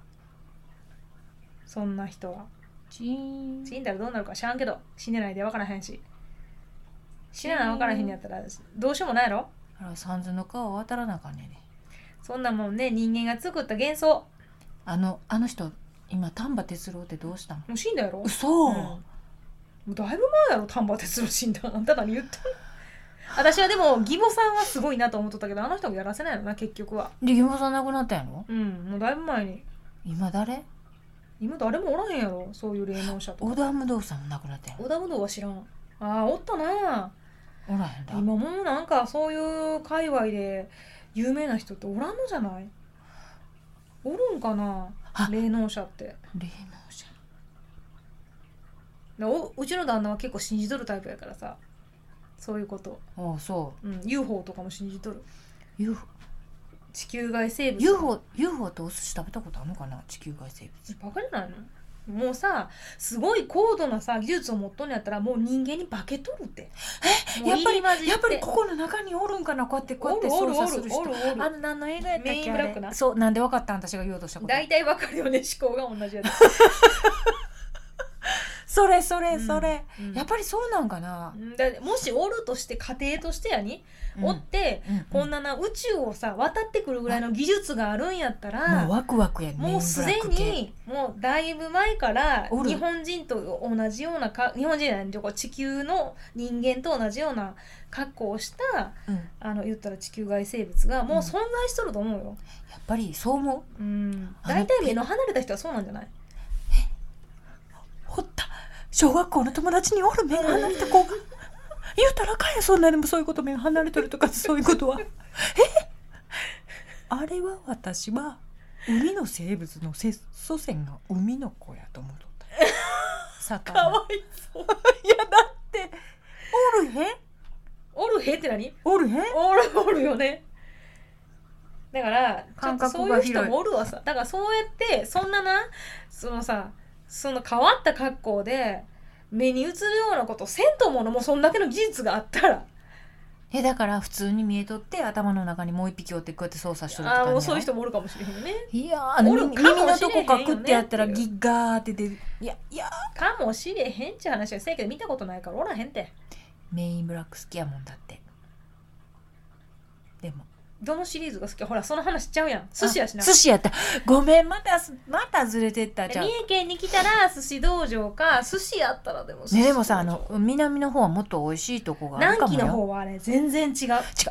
[SPEAKER 1] そんな人は
[SPEAKER 2] チーン
[SPEAKER 1] 死んだらどうなるか知らんけど死ねないで分からへんし死ねない分からへんのやったらどうしようもないやろ
[SPEAKER 2] あら三途の川を渡らなあかんねんね
[SPEAKER 1] そんなもんね人間が作った幻想
[SPEAKER 2] あのあの人今丹波哲郎ってどうしたの
[SPEAKER 1] もう死んだやろ
[SPEAKER 2] 嘘、
[SPEAKER 1] うんもうだいぶ前やろ丹波哲郎死んだあんた何言ったの私はでも義母さんはすごいなと思っとったけどあの人もやらせないのな結局は
[SPEAKER 2] で木村さん亡くなったんやろ
[SPEAKER 1] うんもうだいぶ前に
[SPEAKER 2] 今誰
[SPEAKER 1] 今誰もおらへんやろそういう霊能者と
[SPEAKER 2] オ
[SPEAKER 1] か
[SPEAKER 2] 田ムドさんも亡くなったんやろ
[SPEAKER 1] 織田武道は知らんああおったな
[SPEAKER 2] おらへんだ
[SPEAKER 1] 今もうなんかそういう界隈で有名な人っておらんのじゃないおるんかな
[SPEAKER 2] あ
[SPEAKER 1] 霊能者って
[SPEAKER 2] 霊能者
[SPEAKER 1] でおうちの旦那は結構信じとるタイプやからさそういうこと、
[SPEAKER 2] おうそ
[SPEAKER 1] うん、UFO とかも信じとる
[SPEAKER 2] う UFO
[SPEAKER 1] 地球外生物
[SPEAKER 2] UFO, UFO ってお寿司食べたことあるのかな地球外生物
[SPEAKER 1] バカじゃないのもうさすごい高度なさ技術を持っとんのやったらもう人間に化けとるってえ
[SPEAKER 2] やっぱりやっぱりここの中におるんかなこうやってこうやって
[SPEAKER 1] お
[SPEAKER 2] 操
[SPEAKER 1] るおるお
[SPEAKER 2] 作
[SPEAKER 1] る
[SPEAKER 2] する人
[SPEAKER 1] おるおる
[SPEAKER 2] あの何の映画やったっ
[SPEAKER 1] メイ
[SPEAKER 2] け
[SPEAKER 1] ン
[SPEAKER 2] あ
[SPEAKER 1] ブラックな
[SPEAKER 2] れそうなんでわかったん私が言おうとしたこと
[SPEAKER 1] 大体わかるよね思考が同じやつ、
[SPEAKER 2] それそれそれ、
[SPEAKER 1] うん
[SPEAKER 2] やっぱりそうなんかな、
[SPEAKER 1] だもしおるとして家庭としてやに、
[SPEAKER 2] うん
[SPEAKER 1] おって
[SPEAKER 2] うん
[SPEAKER 1] こんなな宇宙をさ渡ってくるぐらいの技術があるんやった
[SPEAKER 2] もう
[SPEAKER 1] ら
[SPEAKER 2] ワクワクやね
[SPEAKER 1] もうすでにもうだいぶ前から
[SPEAKER 2] おる
[SPEAKER 1] 日本人と同じようなか日本人じゃないこう地球の人間と同じような格好をした
[SPEAKER 2] うんや
[SPEAKER 1] あの言ったら地球外生物がもう存在しとると思うよ。
[SPEAKER 2] っぱりそう思う
[SPEAKER 1] うん、
[SPEAKER 2] あの
[SPEAKER 1] 大体目の離れた人はそうなんじゃない
[SPEAKER 2] ほった小学校の友達におる目が離れた子が言うたらあかんやそんなにもそういうこと目が離れとるとかそういう ことはえあれは私は海の生物のせ祖先が海の子やと思っと ったよ魚
[SPEAKER 1] いそう。
[SPEAKER 2] いやだっておるへん
[SPEAKER 1] おるへって何
[SPEAKER 2] おるへん
[SPEAKER 1] おるおるよねだからちょっ
[SPEAKER 2] 感
[SPEAKER 1] と
[SPEAKER 2] 覚
[SPEAKER 1] そうい
[SPEAKER 2] が
[SPEAKER 1] う
[SPEAKER 2] 広い
[SPEAKER 1] 人もおるわさだからそうやってそんななそのさその変わった格好で目に映るようなことせんと思うのもうそんだけの技術があったら
[SPEAKER 2] えだから普通に見えとって頭の中にもう一匹おってこうやって操作しとるって
[SPEAKER 1] あ
[SPEAKER 2] 感
[SPEAKER 1] あー
[SPEAKER 2] じや
[SPEAKER 1] も
[SPEAKER 2] ろ
[SPEAKER 1] うそういう人もおるかもしれへんよね
[SPEAKER 2] いやーあの
[SPEAKER 1] おる
[SPEAKER 2] 耳
[SPEAKER 1] かも
[SPEAKER 2] 耳の
[SPEAKER 1] しれ
[SPEAKER 2] と
[SPEAKER 1] へんよね
[SPEAKER 2] こカクってやったら
[SPEAKER 1] っていう
[SPEAKER 2] ギッガーって出るいやいや
[SPEAKER 1] かもしれへんっちゃ話はせやけど見たことないからおらへんって
[SPEAKER 2] メインブラック好きやもんだってでも
[SPEAKER 1] どのシリーズが好きほらその話しちゃうやん寿司やしな
[SPEAKER 2] あ寿司やったごめんまたすまたずれてった
[SPEAKER 1] で
[SPEAKER 2] じゃ
[SPEAKER 1] 三
[SPEAKER 2] あ
[SPEAKER 1] 重県に来たら寿司道場か寿司やったらでも寿司
[SPEAKER 2] ねでもさあ
[SPEAKER 1] 道場
[SPEAKER 2] の南の方はもっと美味しいとこがあるか
[SPEAKER 1] 南紀
[SPEAKER 2] もよ
[SPEAKER 1] の方はあれ全然違う
[SPEAKER 2] 違う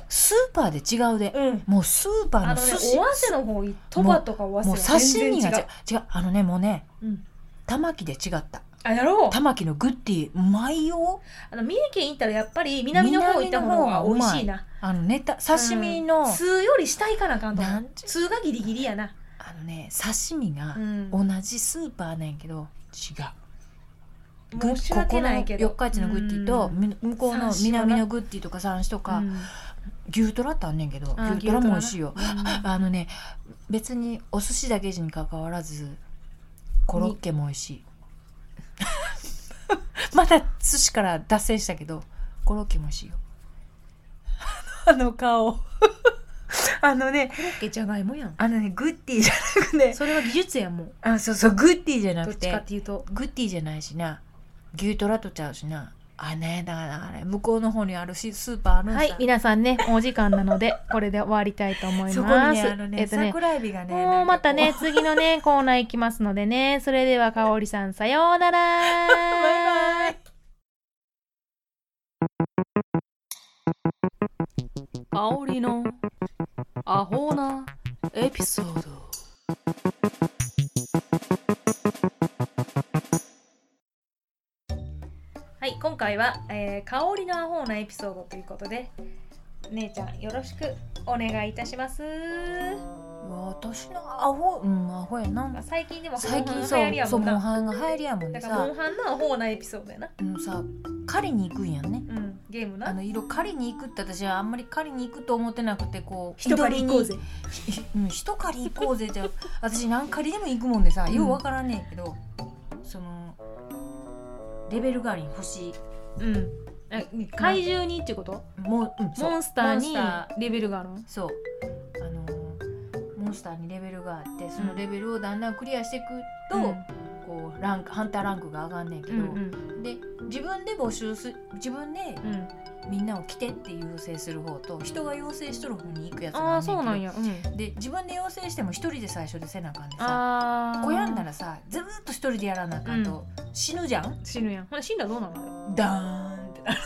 [SPEAKER 2] スーパーで違うで、
[SPEAKER 1] うん
[SPEAKER 2] もうスーパー
[SPEAKER 1] あの
[SPEAKER 2] の
[SPEAKER 1] ね
[SPEAKER 2] 寿司
[SPEAKER 1] おわせの方いとばとかおわせ
[SPEAKER 2] もう
[SPEAKER 1] は
[SPEAKER 2] 刺身が
[SPEAKER 1] 全然違
[SPEAKER 2] 違う違うあのねもうね
[SPEAKER 1] う、うん、
[SPEAKER 2] 玉木で違った
[SPEAKER 1] あやろう
[SPEAKER 2] 玉木のグッディうまいよ
[SPEAKER 1] あの三重県行ったらやっぱり南の方行った方が美味しいな
[SPEAKER 2] あのネタ刺身の、
[SPEAKER 1] うん通より下行かなあかんと思
[SPEAKER 2] な
[SPEAKER 1] うん
[SPEAKER 2] ちゅう
[SPEAKER 1] 通がギリギリやな
[SPEAKER 2] あのね刺身が
[SPEAKER 1] うん
[SPEAKER 2] 同じスーパーなんやけど違う
[SPEAKER 1] 申し訳ないけど
[SPEAKER 2] ここの四日市のグッディと
[SPEAKER 1] うん
[SPEAKER 2] み向こうの
[SPEAKER 1] 三種はな
[SPEAKER 2] 南のグッディとか三種とか、
[SPEAKER 1] うん
[SPEAKER 2] 牛トラってあんねんけど
[SPEAKER 1] あー
[SPEAKER 2] 牛トラも美味しいよ
[SPEAKER 1] 牛トラなうん
[SPEAKER 2] あのね別にお寿司だけに関わらずコロッケも美味しい まだ寿司から脱線したけどコロッケも美味しいよ あの顔 あのね
[SPEAKER 1] コロッケじゃがいもやん
[SPEAKER 2] あのねグッディじゃなくね
[SPEAKER 1] それは技術やもん
[SPEAKER 2] あそうそうグッディじゃな
[SPEAKER 1] ど
[SPEAKER 2] く
[SPEAKER 1] っちか
[SPEAKER 2] て
[SPEAKER 1] っていうと
[SPEAKER 2] グッディじゃないしな牛トラとちゃうしなあねだからあれ向こうの方にあるしスーパーあるんさ
[SPEAKER 1] はい皆さんねお時間なのでこれで終わりたいと思います
[SPEAKER 2] そこにねあのね,、
[SPEAKER 1] えっとね
[SPEAKER 2] 桜エビがね
[SPEAKER 1] もうまた
[SPEAKER 2] なん
[SPEAKER 1] ね
[SPEAKER 2] かこ
[SPEAKER 1] 次のねコーナー行きますのでねそれではかおりさんさようなら
[SPEAKER 2] うバイバイ
[SPEAKER 4] あおりのアホなエピソード
[SPEAKER 1] はい今回は、えー、かおりのアホなエピソードということで姉ちゃんよろしくお願いいたします
[SPEAKER 2] 私のアホうんアホやな
[SPEAKER 1] 最近でも
[SPEAKER 2] 最近
[SPEAKER 1] モンハン流行り
[SPEAKER 2] そう
[SPEAKER 1] や
[SPEAKER 2] そ
[SPEAKER 1] も
[SPEAKER 2] うんモン
[SPEAKER 1] な
[SPEAKER 2] ハンが流行りやもん
[SPEAKER 1] だ
[SPEAKER 2] ね
[SPEAKER 1] からモ
[SPEAKER 2] さ
[SPEAKER 1] ンハンのアホなエピソードやな
[SPEAKER 2] もうさ狩りに行くんやんね
[SPEAKER 1] うんゲーム
[SPEAKER 2] あ
[SPEAKER 1] な
[SPEAKER 2] の色狩りに行くって私はあんまり狩りに行くと思ってなくてこう
[SPEAKER 1] 人狩り行こうぜ
[SPEAKER 2] ひひうん一狩り行こうぜじゃあ私何狩りでも行くもんでさようわからんねんけど、そのレベルがありん星
[SPEAKER 1] うんあ怪獣にっていうこと
[SPEAKER 2] もう、うん、そう
[SPEAKER 1] モンスター
[SPEAKER 2] モンス
[SPEAKER 1] に
[SPEAKER 2] タ
[SPEAKER 1] レベルがあるの
[SPEAKER 2] そうあのーモンスターにレベルがあってそのレベルをだんだんクリアしていくと、こうランクハンターランクが上がんねんけ
[SPEAKER 1] う
[SPEAKER 2] ど、
[SPEAKER 1] んうん
[SPEAKER 2] で自分で募集す自分で
[SPEAKER 1] うん
[SPEAKER 2] みんなを来てって要請する方と人が要請しとる方に行くやつが
[SPEAKER 1] あ
[SPEAKER 2] あ
[SPEAKER 1] あ
[SPEAKER 2] んねんけど
[SPEAKER 1] そうなんやうん
[SPEAKER 2] で自分で要請しても一人で最初でせなあかんでさ
[SPEAKER 1] ああ
[SPEAKER 2] 小やんだらさずーっと一人でやらなあかんと、死ぬじゃん
[SPEAKER 1] 死ぬやんほな死んだらどうなの
[SPEAKER 2] ダーンって なる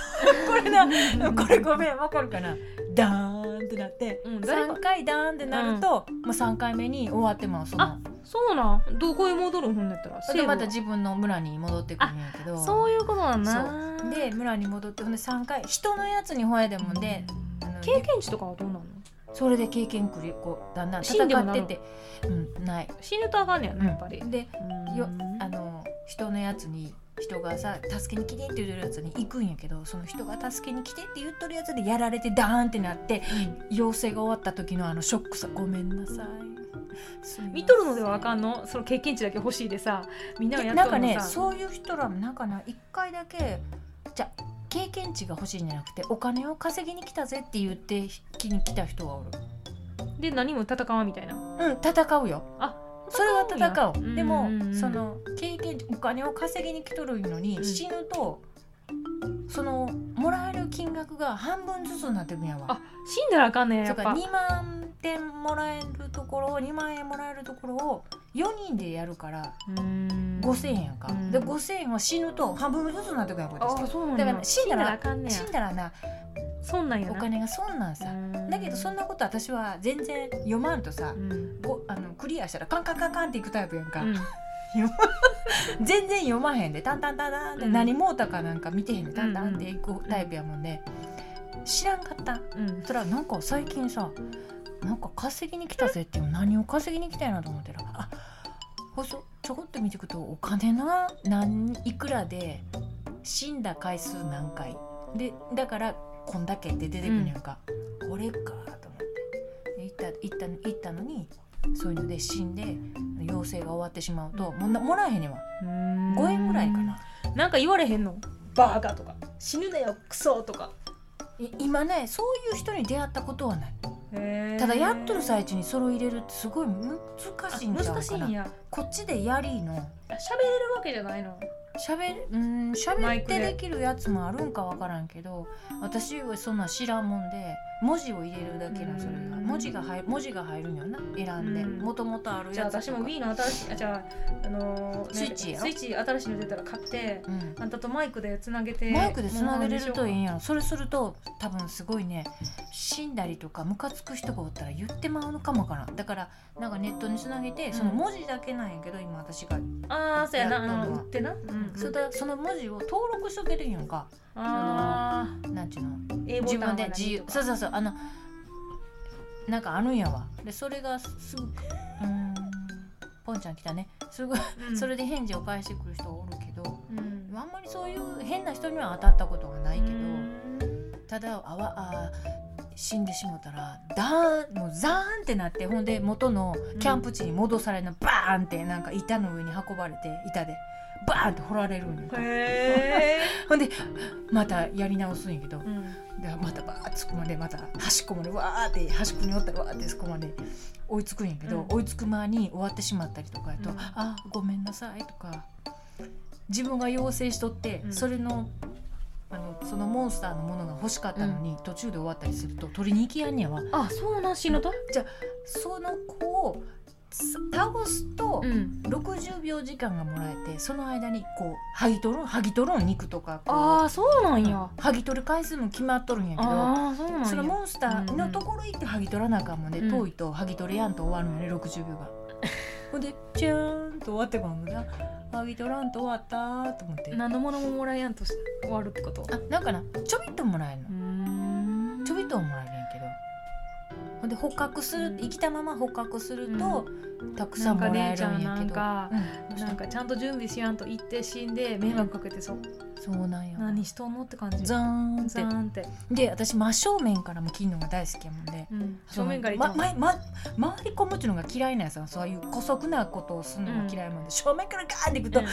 [SPEAKER 2] これなこれごめんわかるかなダーンってなって、
[SPEAKER 1] うん誰か
[SPEAKER 2] 3回ダーンってなると、もう3回目に終わってますその
[SPEAKER 1] あそうなんどこへ戻るんほんだったら
[SPEAKER 2] それで
[SPEAKER 1] は
[SPEAKER 2] また自分の村に戻ってくるんやけど
[SPEAKER 1] そういうことなんだな
[SPEAKER 2] で村に戻ってほんで3回人のやつに吠えでもんで、あの
[SPEAKER 1] 経験値とかはどうなの
[SPEAKER 2] それで経験くりこうだんだん戦
[SPEAKER 1] 死んでも
[SPEAKER 2] っ
[SPEAKER 1] なる
[SPEAKER 2] て
[SPEAKER 1] の
[SPEAKER 2] てうんない
[SPEAKER 1] 死ぬとあかんねやなやっぱり
[SPEAKER 2] でよ
[SPEAKER 1] うん
[SPEAKER 2] あの人のやつに人がさ「助けに来て」って言ってるやつに行くんやけどその人が「助けに来て」って言っとるやつでやられてダーンってなって妖精が終わった時のあのショックさ「ごめんなさい」すいません
[SPEAKER 1] 見とるのではあかんのその経験値だけ欲しいでさみんながやっ
[SPEAKER 2] なん
[SPEAKER 1] とる
[SPEAKER 2] か
[SPEAKER 1] のさ
[SPEAKER 2] ねそういう人らもなんかな一回だけじゃ経験値が欲しいんじゃなくてお金を稼ぎに来たぜって言って気に来た人がおる
[SPEAKER 1] で何も戦わんみたいな
[SPEAKER 2] うん戦うよそれは戦う、
[SPEAKER 1] んや
[SPEAKER 2] でも、
[SPEAKER 1] うんうんうん
[SPEAKER 2] その経験お金を稼ぎに来とるのに、
[SPEAKER 1] うん
[SPEAKER 2] 死ぬとそのもらえる金額が半分ずつになってくんやわ
[SPEAKER 1] あ死んだらあかんねやや
[SPEAKER 2] だ
[SPEAKER 1] っ
[SPEAKER 2] か
[SPEAKER 1] ぱ
[SPEAKER 2] ら2万点もらえるところを2万円もらえるところを4人でやるから
[SPEAKER 1] うん
[SPEAKER 2] 5,000円やんか、
[SPEAKER 1] うん
[SPEAKER 2] で5,000円は死ぬと半分ずつになってくんやこれ
[SPEAKER 1] あーそうなん
[SPEAKER 2] だ
[SPEAKER 1] や
[SPEAKER 2] から死んだら
[SPEAKER 1] あかんねや
[SPEAKER 2] 死んだらな
[SPEAKER 1] そんなんや
[SPEAKER 2] お
[SPEAKER 1] な
[SPEAKER 2] 金が損なんさ
[SPEAKER 1] うん
[SPEAKER 2] だけどそんなこと私は全然読まんとさ
[SPEAKER 1] うん
[SPEAKER 2] ごあのクリアしたらカンカンカンカンっていくタイプやんか、
[SPEAKER 1] うん
[SPEAKER 2] 全然読まへんでタンタンタンタンって
[SPEAKER 1] うん
[SPEAKER 2] 何もうたかなんか見てへんでタンタ
[SPEAKER 1] うん
[SPEAKER 2] ン
[SPEAKER 1] うん
[SPEAKER 2] っていくタイプやもんで知らんかった
[SPEAKER 1] うん
[SPEAKER 2] そしたらなんか最近さなんか稼ぎに来たぜっていうの何を稼ぎに来たんやなと思ってらあほそちょこっと見ていくとお金な何いくらで死んだ回数何回でだからこんだけって出てくるんやんか、これかと思ってで行った行った行ったのにそういうので死んで陽性が終わってしまうともうなもらえへんねんわ
[SPEAKER 1] うん
[SPEAKER 2] 5円ぐらいかな
[SPEAKER 1] なんか言われへんのバーガーとか死ぬなよクソとか
[SPEAKER 2] い今ねそういう人に出会ったことはないた
[SPEAKER 1] た
[SPEAKER 2] だやっとる最中にそれを入れるってすごい難しいんちゃう
[SPEAKER 1] 難しい
[SPEAKER 2] か
[SPEAKER 1] ん
[SPEAKER 2] な
[SPEAKER 1] や
[SPEAKER 2] こっちでやりーの
[SPEAKER 1] あ喋れるわけじゃないの
[SPEAKER 2] しゃべうん
[SPEAKER 1] マ
[SPEAKER 2] 喋
[SPEAKER 1] イ
[SPEAKER 2] っ
[SPEAKER 1] クで
[SPEAKER 2] てできるやつもあるんかわからんけど私はそんなん知らんもんで文字を入れるだけなそれが
[SPEAKER 1] うん
[SPEAKER 2] 文字が入る文字が入るんよな選んで
[SPEAKER 1] うん
[SPEAKER 2] もともとある
[SPEAKER 1] じゃあ
[SPEAKER 2] やつとか
[SPEAKER 1] 私も Wii の新しいあじゃああのー
[SPEAKER 2] スイッチや
[SPEAKER 1] スイッチ新しいの出たら買って
[SPEAKER 2] うん
[SPEAKER 1] あんたとマイクでつなげて
[SPEAKER 2] マイクでつなげれるといいん
[SPEAKER 1] い
[SPEAKER 2] やろそれすると多分すごいね死んだりとかムカつく人がおったら言ってまうのかもわからんだからなんかネットにつなげてその文字だけなんやけど今私が、
[SPEAKER 1] ああそうやな
[SPEAKER 2] や
[SPEAKER 1] あ
[SPEAKER 2] ったの
[SPEAKER 1] の
[SPEAKER 2] は
[SPEAKER 1] 売ってなうんうん
[SPEAKER 2] それだその文字を登録しとけるんやんか
[SPEAKER 1] あ
[SPEAKER 2] なんちゅうの
[SPEAKER 1] ー A ボ
[SPEAKER 2] 自
[SPEAKER 1] タ
[SPEAKER 2] 分
[SPEAKER 1] ン
[SPEAKER 2] で
[SPEAKER 1] は
[SPEAKER 2] 自
[SPEAKER 1] 何
[SPEAKER 2] 由
[SPEAKER 1] と
[SPEAKER 2] そう
[SPEAKER 1] か
[SPEAKER 2] そうそうあのなんかあるんやわでそれがすぐうーんポンちゃん来たねすごい、
[SPEAKER 1] うん
[SPEAKER 2] それで返事を返してくる人おるけど
[SPEAKER 1] うん
[SPEAKER 2] あんまりそういう変な人には当たったことがないけど、
[SPEAKER 1] うん
[SPEAKER 2] ただあわあ死んでしもたらダーンもうザーンってなってほんで元のキャンプ地に戻されるのバーンってなんか板の上に運ばれて板でバーンって掘られるんよ
[SPEAKER 1] へ
[SPEAKER 2] ほんでまたやり直すんやけど
[SPEAKER 1] ーうん
[SPEAKER 2] でまたバーッ突っ込まれまた端っこまでわーって端っこにおったらわーってそこまで追いつくんやけど、
[SPEAKER 1] うん
[SPEAKER 2] 追いつく間に終わってしまったりとかやと「
[SPEAKER 1] うん
[SPEAKER 2] あごめんなさい」とか自分が要請しとって、
[SPEAKER 1] うん
[SPEAKER 2] それのあのそのモンスターのものが欲しかったのに、途中で終わったりすると取りに行きやんねやわ
[SPEAKER 1] あそうなん死ぬと
[SPEAKER 2] その子をつ倒すと
[SPEAKER 1] ん
[SPEAKER 2] 60秒時間がもらえてその間にこう剥ぎ取るん剥ぎ取るん肉とかこう
[SPEAKER 1] ああそうなんや
[SPEAKER 2] 剥ぎ取る回数も決まっとるんやけど
[SPEAKER 1] ああそうなんや
[SPEAKER 2] そのモンスターのところ行って剥ぎ取らなあかんもんね、
[SPEAKER 1] うん
[SPEAKER 2] 遠いと剥ぎ取れやんと終わるのよね60秒が。 ほんでチューンと終わってまうもんな剥ぎ取らんと終わったーと思って
[SPEAKER 1] 何のものももらえやんとし終わるってこと
[SPEAKER 2] あなんかなちょびっともらえるの
[SPEAKER 1] うーん
[SPEAKER 2] ちょびっとはもらえるんやけどほんで捕獲する生きたまま捕獲すると、たくさんもらえるんや
[SPEAKER 1] な
[SPEAKER 2] け
[SPEAKER 1] ん
[SPEAKER 2] ど
[SPEAKER 1] か
[SPEAKER 2] うん
[SPEAKER 1] なんかちゃんと準備しやんと行って死んで迷惑かけてそう
[SPEAKER 2] そうなんや
[SPEAKER 1] 何しとんのって感じ
[SPEAKER 2] ザーンっ
[SPEAKER 1] ザ
[SPEAKER 2] て
[SPEAKER 1] ーンって
[SPEAKER 2] で私真正面からも切るのが大好きやもんで
[SPEAKER 1] うん正面から行
[SPEAKER 2] ま
[SPEAKER 1] ったの
[SPEAKER 2] まま回り込むっていうのが嫌いなんやさそういう姑息なことをするのが嫌いもんで、正面からガーンっていくと、ビ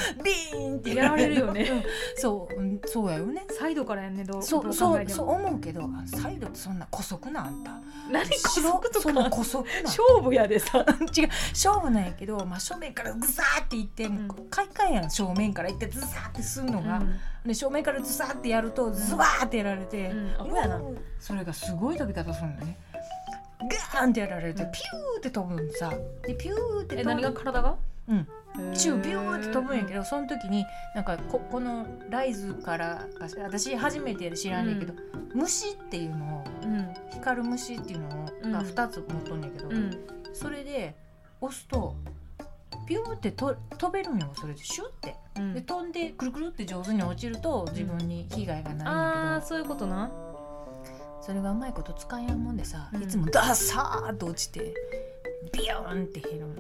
[SPEAKER 2] ーンって
[SPEAKER 1] やられるよね
[SPEAKER 2] うんそううんそうやよね
[SPEAKER 1] うんサイドからやんねどう
[SPEAKER 2] そ
[SPEAKER 1] ど
[SPEAKER 2] う
[SPEAKER 1] 考
[SPEAKER 2] そ
[SPEAKER 1] え
[SPEAKER 2] う
[SPEAKER 1] て
[SPEAKER 2] そう
[SPEAKER 1] も
[SPEAKER 2] 思うけどあサイドってそんな姑息なあんた
[SPEAKER 1] 何こそと
[SPEAKER 2] その
[SPEAKER 1] か
[SPEAKER 2] 姑息な
[SPEAKER 1] 勝負やでさ
[SPEAKER 2] 違う勝負なんやけど真正面からグサーっていってもう快感やん正面からいってズサーってすんのが、で正面からズサーってやるとズワーってやられて、
[SPEAKER 1] うんあ
[SPEAKER 2] うわそれがすごい飛び方するのねガーンってやられて
[SPEAKER 1] うん
[SPEAKER 2] ピューって飛ぶんさでピューって
[SPEAKER 1] え
[SPEAKER 2] 飛ぶ
[SPEAKER 1] 何が体が
[SPEAKER 2] うん宙ビ
[SPEAKER 1] 秒
[SPEAKER 2] ューって飛ぶんやけどその時になんかここのライズからか私初めてやで知らんねんけど、虫っていうのを
[SPEAKER 1] うん
[SPEAKER 2] 光る虫っていうの
[SPEAKER 1] うん
[SPEAKER 2] が2つ持っとんねんけど、
[SPEAKER 1] うん
[SPEAKER 2] それで押すとピューってと飛べるんよそれでシュッて
[SPEAKER 1] うん
[SPEAKER 2] で飛んでくるくるって上手に落ちると自分に被害がないん
[SPEAKER 1] あ
[SPEAKER 2] や
[SPEAKER 1] あ
[SPEAKER 2] け
[SPEAKER 1] そういうことな
[SPEAKER 2] ど、それがうまいこと使えやんもんでさ、
[SPEAKER 1] うん
[SPEAKER 2] いつもダサーっと落ちてビヨーンって減るの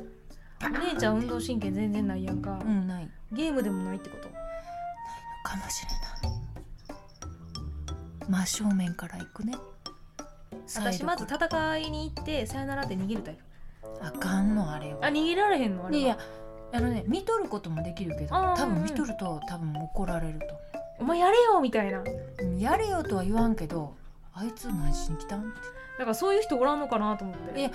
[SPEAKER 1] お姉ちゃん運動神経全然ないやんか、
[SPEAKER 2] うんない
[SPEAKER 1] ゲームでもないってこと
[SPEAKER 2] かもしれない真正面から行くね
[SPEAKER 1] 私まず
[SPEAKER 2] サイ
[SPEAKER 1] 戦いに行ってさよならって逃げるタイプ
[SPEAKER 2] ドからあかんのあれは
[SPEAKER 1] あ逃げられへんのあれはい
[SPEAKER 2] やあのね見とることもできるけど
[SPEAKER 1] あー
[SPEAKER 2] 多分見とると多分怒られると
[SPEAKER 1] お前やれよみたいなだ
[SPEAKER 2] 思うやれよとは言わんけどあいつ何しに来たんっ
[SPEAKER 1] からそういう人おらんのかなと思って
[SPEAKER 2] いやて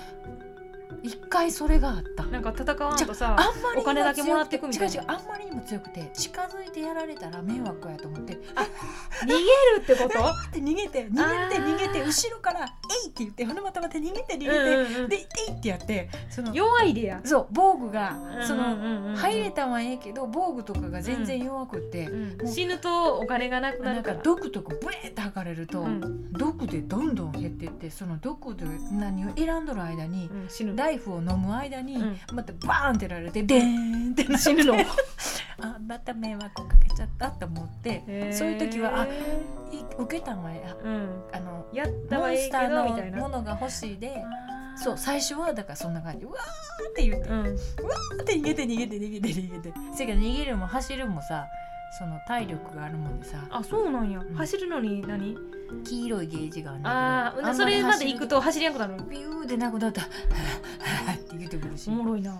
[SPEAKER 2] 一回それがあった
[SPEAKER 1] なんか戦わんとさ
[SPEAKER 2] あんまりにも強く
[SPEAKER 1] お金だけもらってくみたいな
[SPEAKER 2] 違う違うあんまりにも強くて近づいてやられたら迷惑やと思って
[SPEAKER 1] 逃げるってこと
[SPEAKER 2] って 逃げて逃げて逃げて後ろから「えい!」って言ってほんでまたまた逃げて逃げて、
[SPEAKER 1] うんうんうん
[SPEAKER 2] で「えい!」ってやってその
[SPEAKER 1] 弱いでや
[SPEAKER 2] そう防具がその、
[SPEAKER 1] の
[SPEAKER 2] 入れたんはええけど防具とかが全然弱くて、もう
[SPEAKER 1] 死ぬとお金がなくな
[SPEAKER 2] な
[SPEAKER 1] る
[SPEAKER 2] ん
[SPEAKER 1] か
[SPEAKER 2] から毒とかブエーって吐かれると、
[SPEAKER 1] うん
[SPEAKER 2] 毒でどんどん減ってってその毒で何を選んどる間に、
[SPEAKER 1] うん死ぬ
[SPEAKER 2] ライフを飲む間に、
[SPEAKER 1] うん
[SPEAKER 2] またバーンってやられてでーンってなって
[SPEAKER 1] 死ぬの
[SPEAKER 2] あまた迷惑かけちゃったと思って、
[SPEAKER 1] へー
[SPEAKER 2] そういう時はあい受けたんはええ
[SPEAKER 1] うん
[SPEAKER 2] あの
[SPEAKER 1] やった
[SPEAKER 2] モ
[SPEAKER 1] は
[SPEAKER 2] ン
[SPEAKER 1] ええ
[SPEAKER 2] ス
[SPEAKER 1] け
[SPEAKER 2] ター
[SPEAKER 1] どみたい
[SPEAKER 2] のも
[SPEAKER 1] な
[SPEAKER 2] のが欲しいで
[SPEAKER 1] あー
[SPEAKER 2] そう最初はだからそんな感じうわーって言って
[SPEAKER 1] うん
[SPEAKER 2] って逃げて逃げて逃げて逃げてせやけど逃げるも走るもさその体力があるもんでさ
[SPEAKER 1] あそうなんや
[SPEAKER 2] ん
[SPEAKER 1] 走るのに何
[SPEAKER 2] 黄色いゲージがあるんだけど
[SPEAKER 1] ああ
[SPEAKER 2] んり
[SPEAKER 1] それまで
[SPEAKER 2] 走る
[SPEAKER 1] 行くと走りやんくなる
[SPEAKER 2] ビューでなくなったら「はぁはぁって言ってくるし、
[SPEAKER 1] おもろいな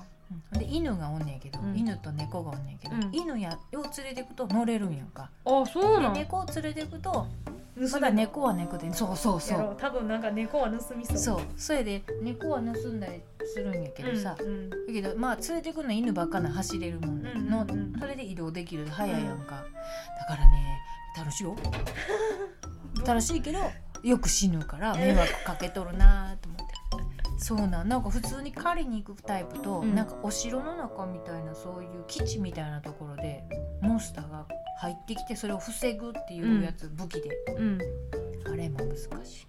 [SPEAKER 2] で犬がおんねんけど、
[SPEAKER 1] うん
[SPEAKER 2] 犬と猫がおんねんけど、
[SPEAKER 1] うん
[SPEAKER 2] 犬やを連れてくと乗れるんやんか、
[SPEAKER 1] あそうなん
[SPEAKER 2] で猫を連れてくとま
[SPEAKER 1] 盗
[SPEAKER 2] だ
[SPEAKER 1] だ
[SPEAKER 2] 猫は猫でそうそうそ
[SPEAKER 1] や
[SPEAKER 2] う
[SPEAKER 1] ろう多分なんか猫は盗みそう
[SPEAKER 2] そうそれで猫は盗んだりするんやけどさ、
[SPEAKER 1] うんうん
[SPEAKER 2] だけどまあ連れてくの犬ばっかな走れるもん
[SPEAKER 1] うん
[SPEAKER 2] の、
[SPEAKER 1] うんうん
[SPEAKER 2] それで移動できる早いやんか、だからね楽し いよ楽しいけどよく死ぬから迷惑かけとるなと思って。そうなんなんか普通に狩りに行くタイプと、
[SPEAKER 1] うん
[SPEAKER 2] なんかお城の中みたいなそういう基地みたいなところでモンスターが入ってきてそれを防ぐっていうやつ、武器で
[SPEAKER 1] うん
[SPEAKER 2] あれも難しい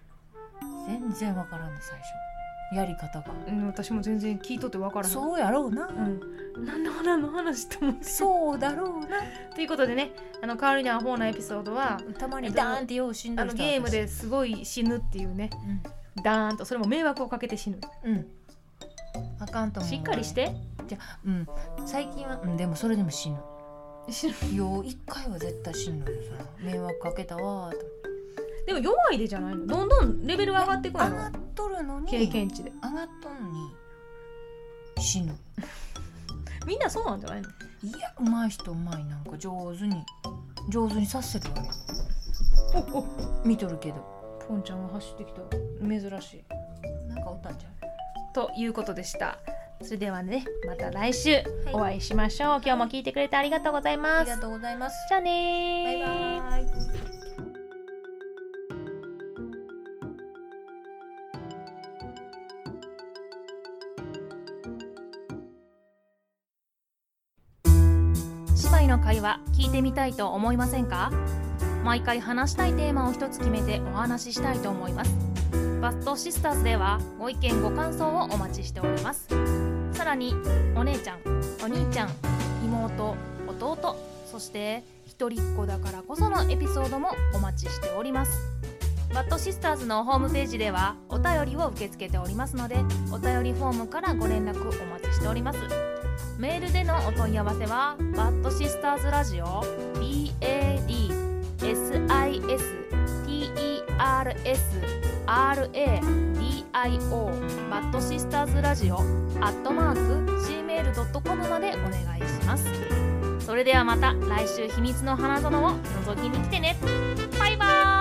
[SPEAKER 2] 全然わからんね最初やり方が
[SPEAKER 1] うん私も全然聞いとってわからんう
[SPEAKER 2] そうやろうな、
[SPEAKER 1] ん何の何の話と思って
[SPEAKER 2] そうだろうな
[SPEAKER 1] ということでねあの代わりにアホなエピソードは
[SPEAKER 2] たま
[SPEAKER 1] え
[SPEAKER 2] に
[SPEAKER 1] っと
[SPEAKER 2] ダーンってよう死んだ
[SPEAKER 1] あのゲームですごい死ぬっていうねダーンとそれも迷惑をかけて死ぬ
[SPEAKER 2] うん、うん、あかんと思う
[SPEAKER 1] しっかりして
[SPEAKER 2] じゃあうん最近は、うん、でもそれでも死ぬ
[SPEAKER 1] 死ぬ
[SPEAKER 2] よう一回は絶対死ぬのよその迷惑かけたわーと
[SPEAKER 1] でも弱いでじゃないのどんどんレベル上がってくる
[SPEAKER 2] 上が
[SPEAKER 1] の
[SPEAKER 2] っとるのに
[SPEAKER 1] 経験値で
[SPEAKER 2] 上がっとんのに死ぬ
[SPEAKER 1] みんなそうなんじゃないの
[SPEAKER 2] いやうまい人うまいなんか上手に上手にさせてるわよ
[SPEAKER 1] おお
[SPEAKER 2] 見とるけど
[SPEAKER 1] ポンちゃんが走ってきた珍しい
[SPEAKER 2] なんかおったんじゃん
[SPEAKER 1] ということでしたそれではねまた来週お会いしましょう、今日も聞いてくれてありがとうござい
[SPEAKER 2] あ
[SPEAKER 1] ま
[SPEAKER 2] り
[SPEAKER 1] す
[SPEAKER 2] がとうございます
[SPEAKER 1] じゃあねー
[SPEAKER 2] バイバイ
[SPEAKER 4] 姉妹の会話聞いてみたいと思いませんか毎回話したいテーマを一つ決めてお話ししたいと思いますバストシスターズではご意見ご感想をお待ちしておりますさらにお姉ちゃんお兄ちゃん妹弟そして一人っ子だからこそのエピソードもお待ちしておりますバッドシスターズのホームページではお便りを受け付けておりますのでお便りフォームからご連絡お待ちしておりますメールでのお問い合わせはバッドシスターズラジオ BADSISTERSRADIO バッドシスターズラジオアットマーク Gmail.com までお願いしますそれではまた来週秘密の花園を覗きに来てねバイバーイ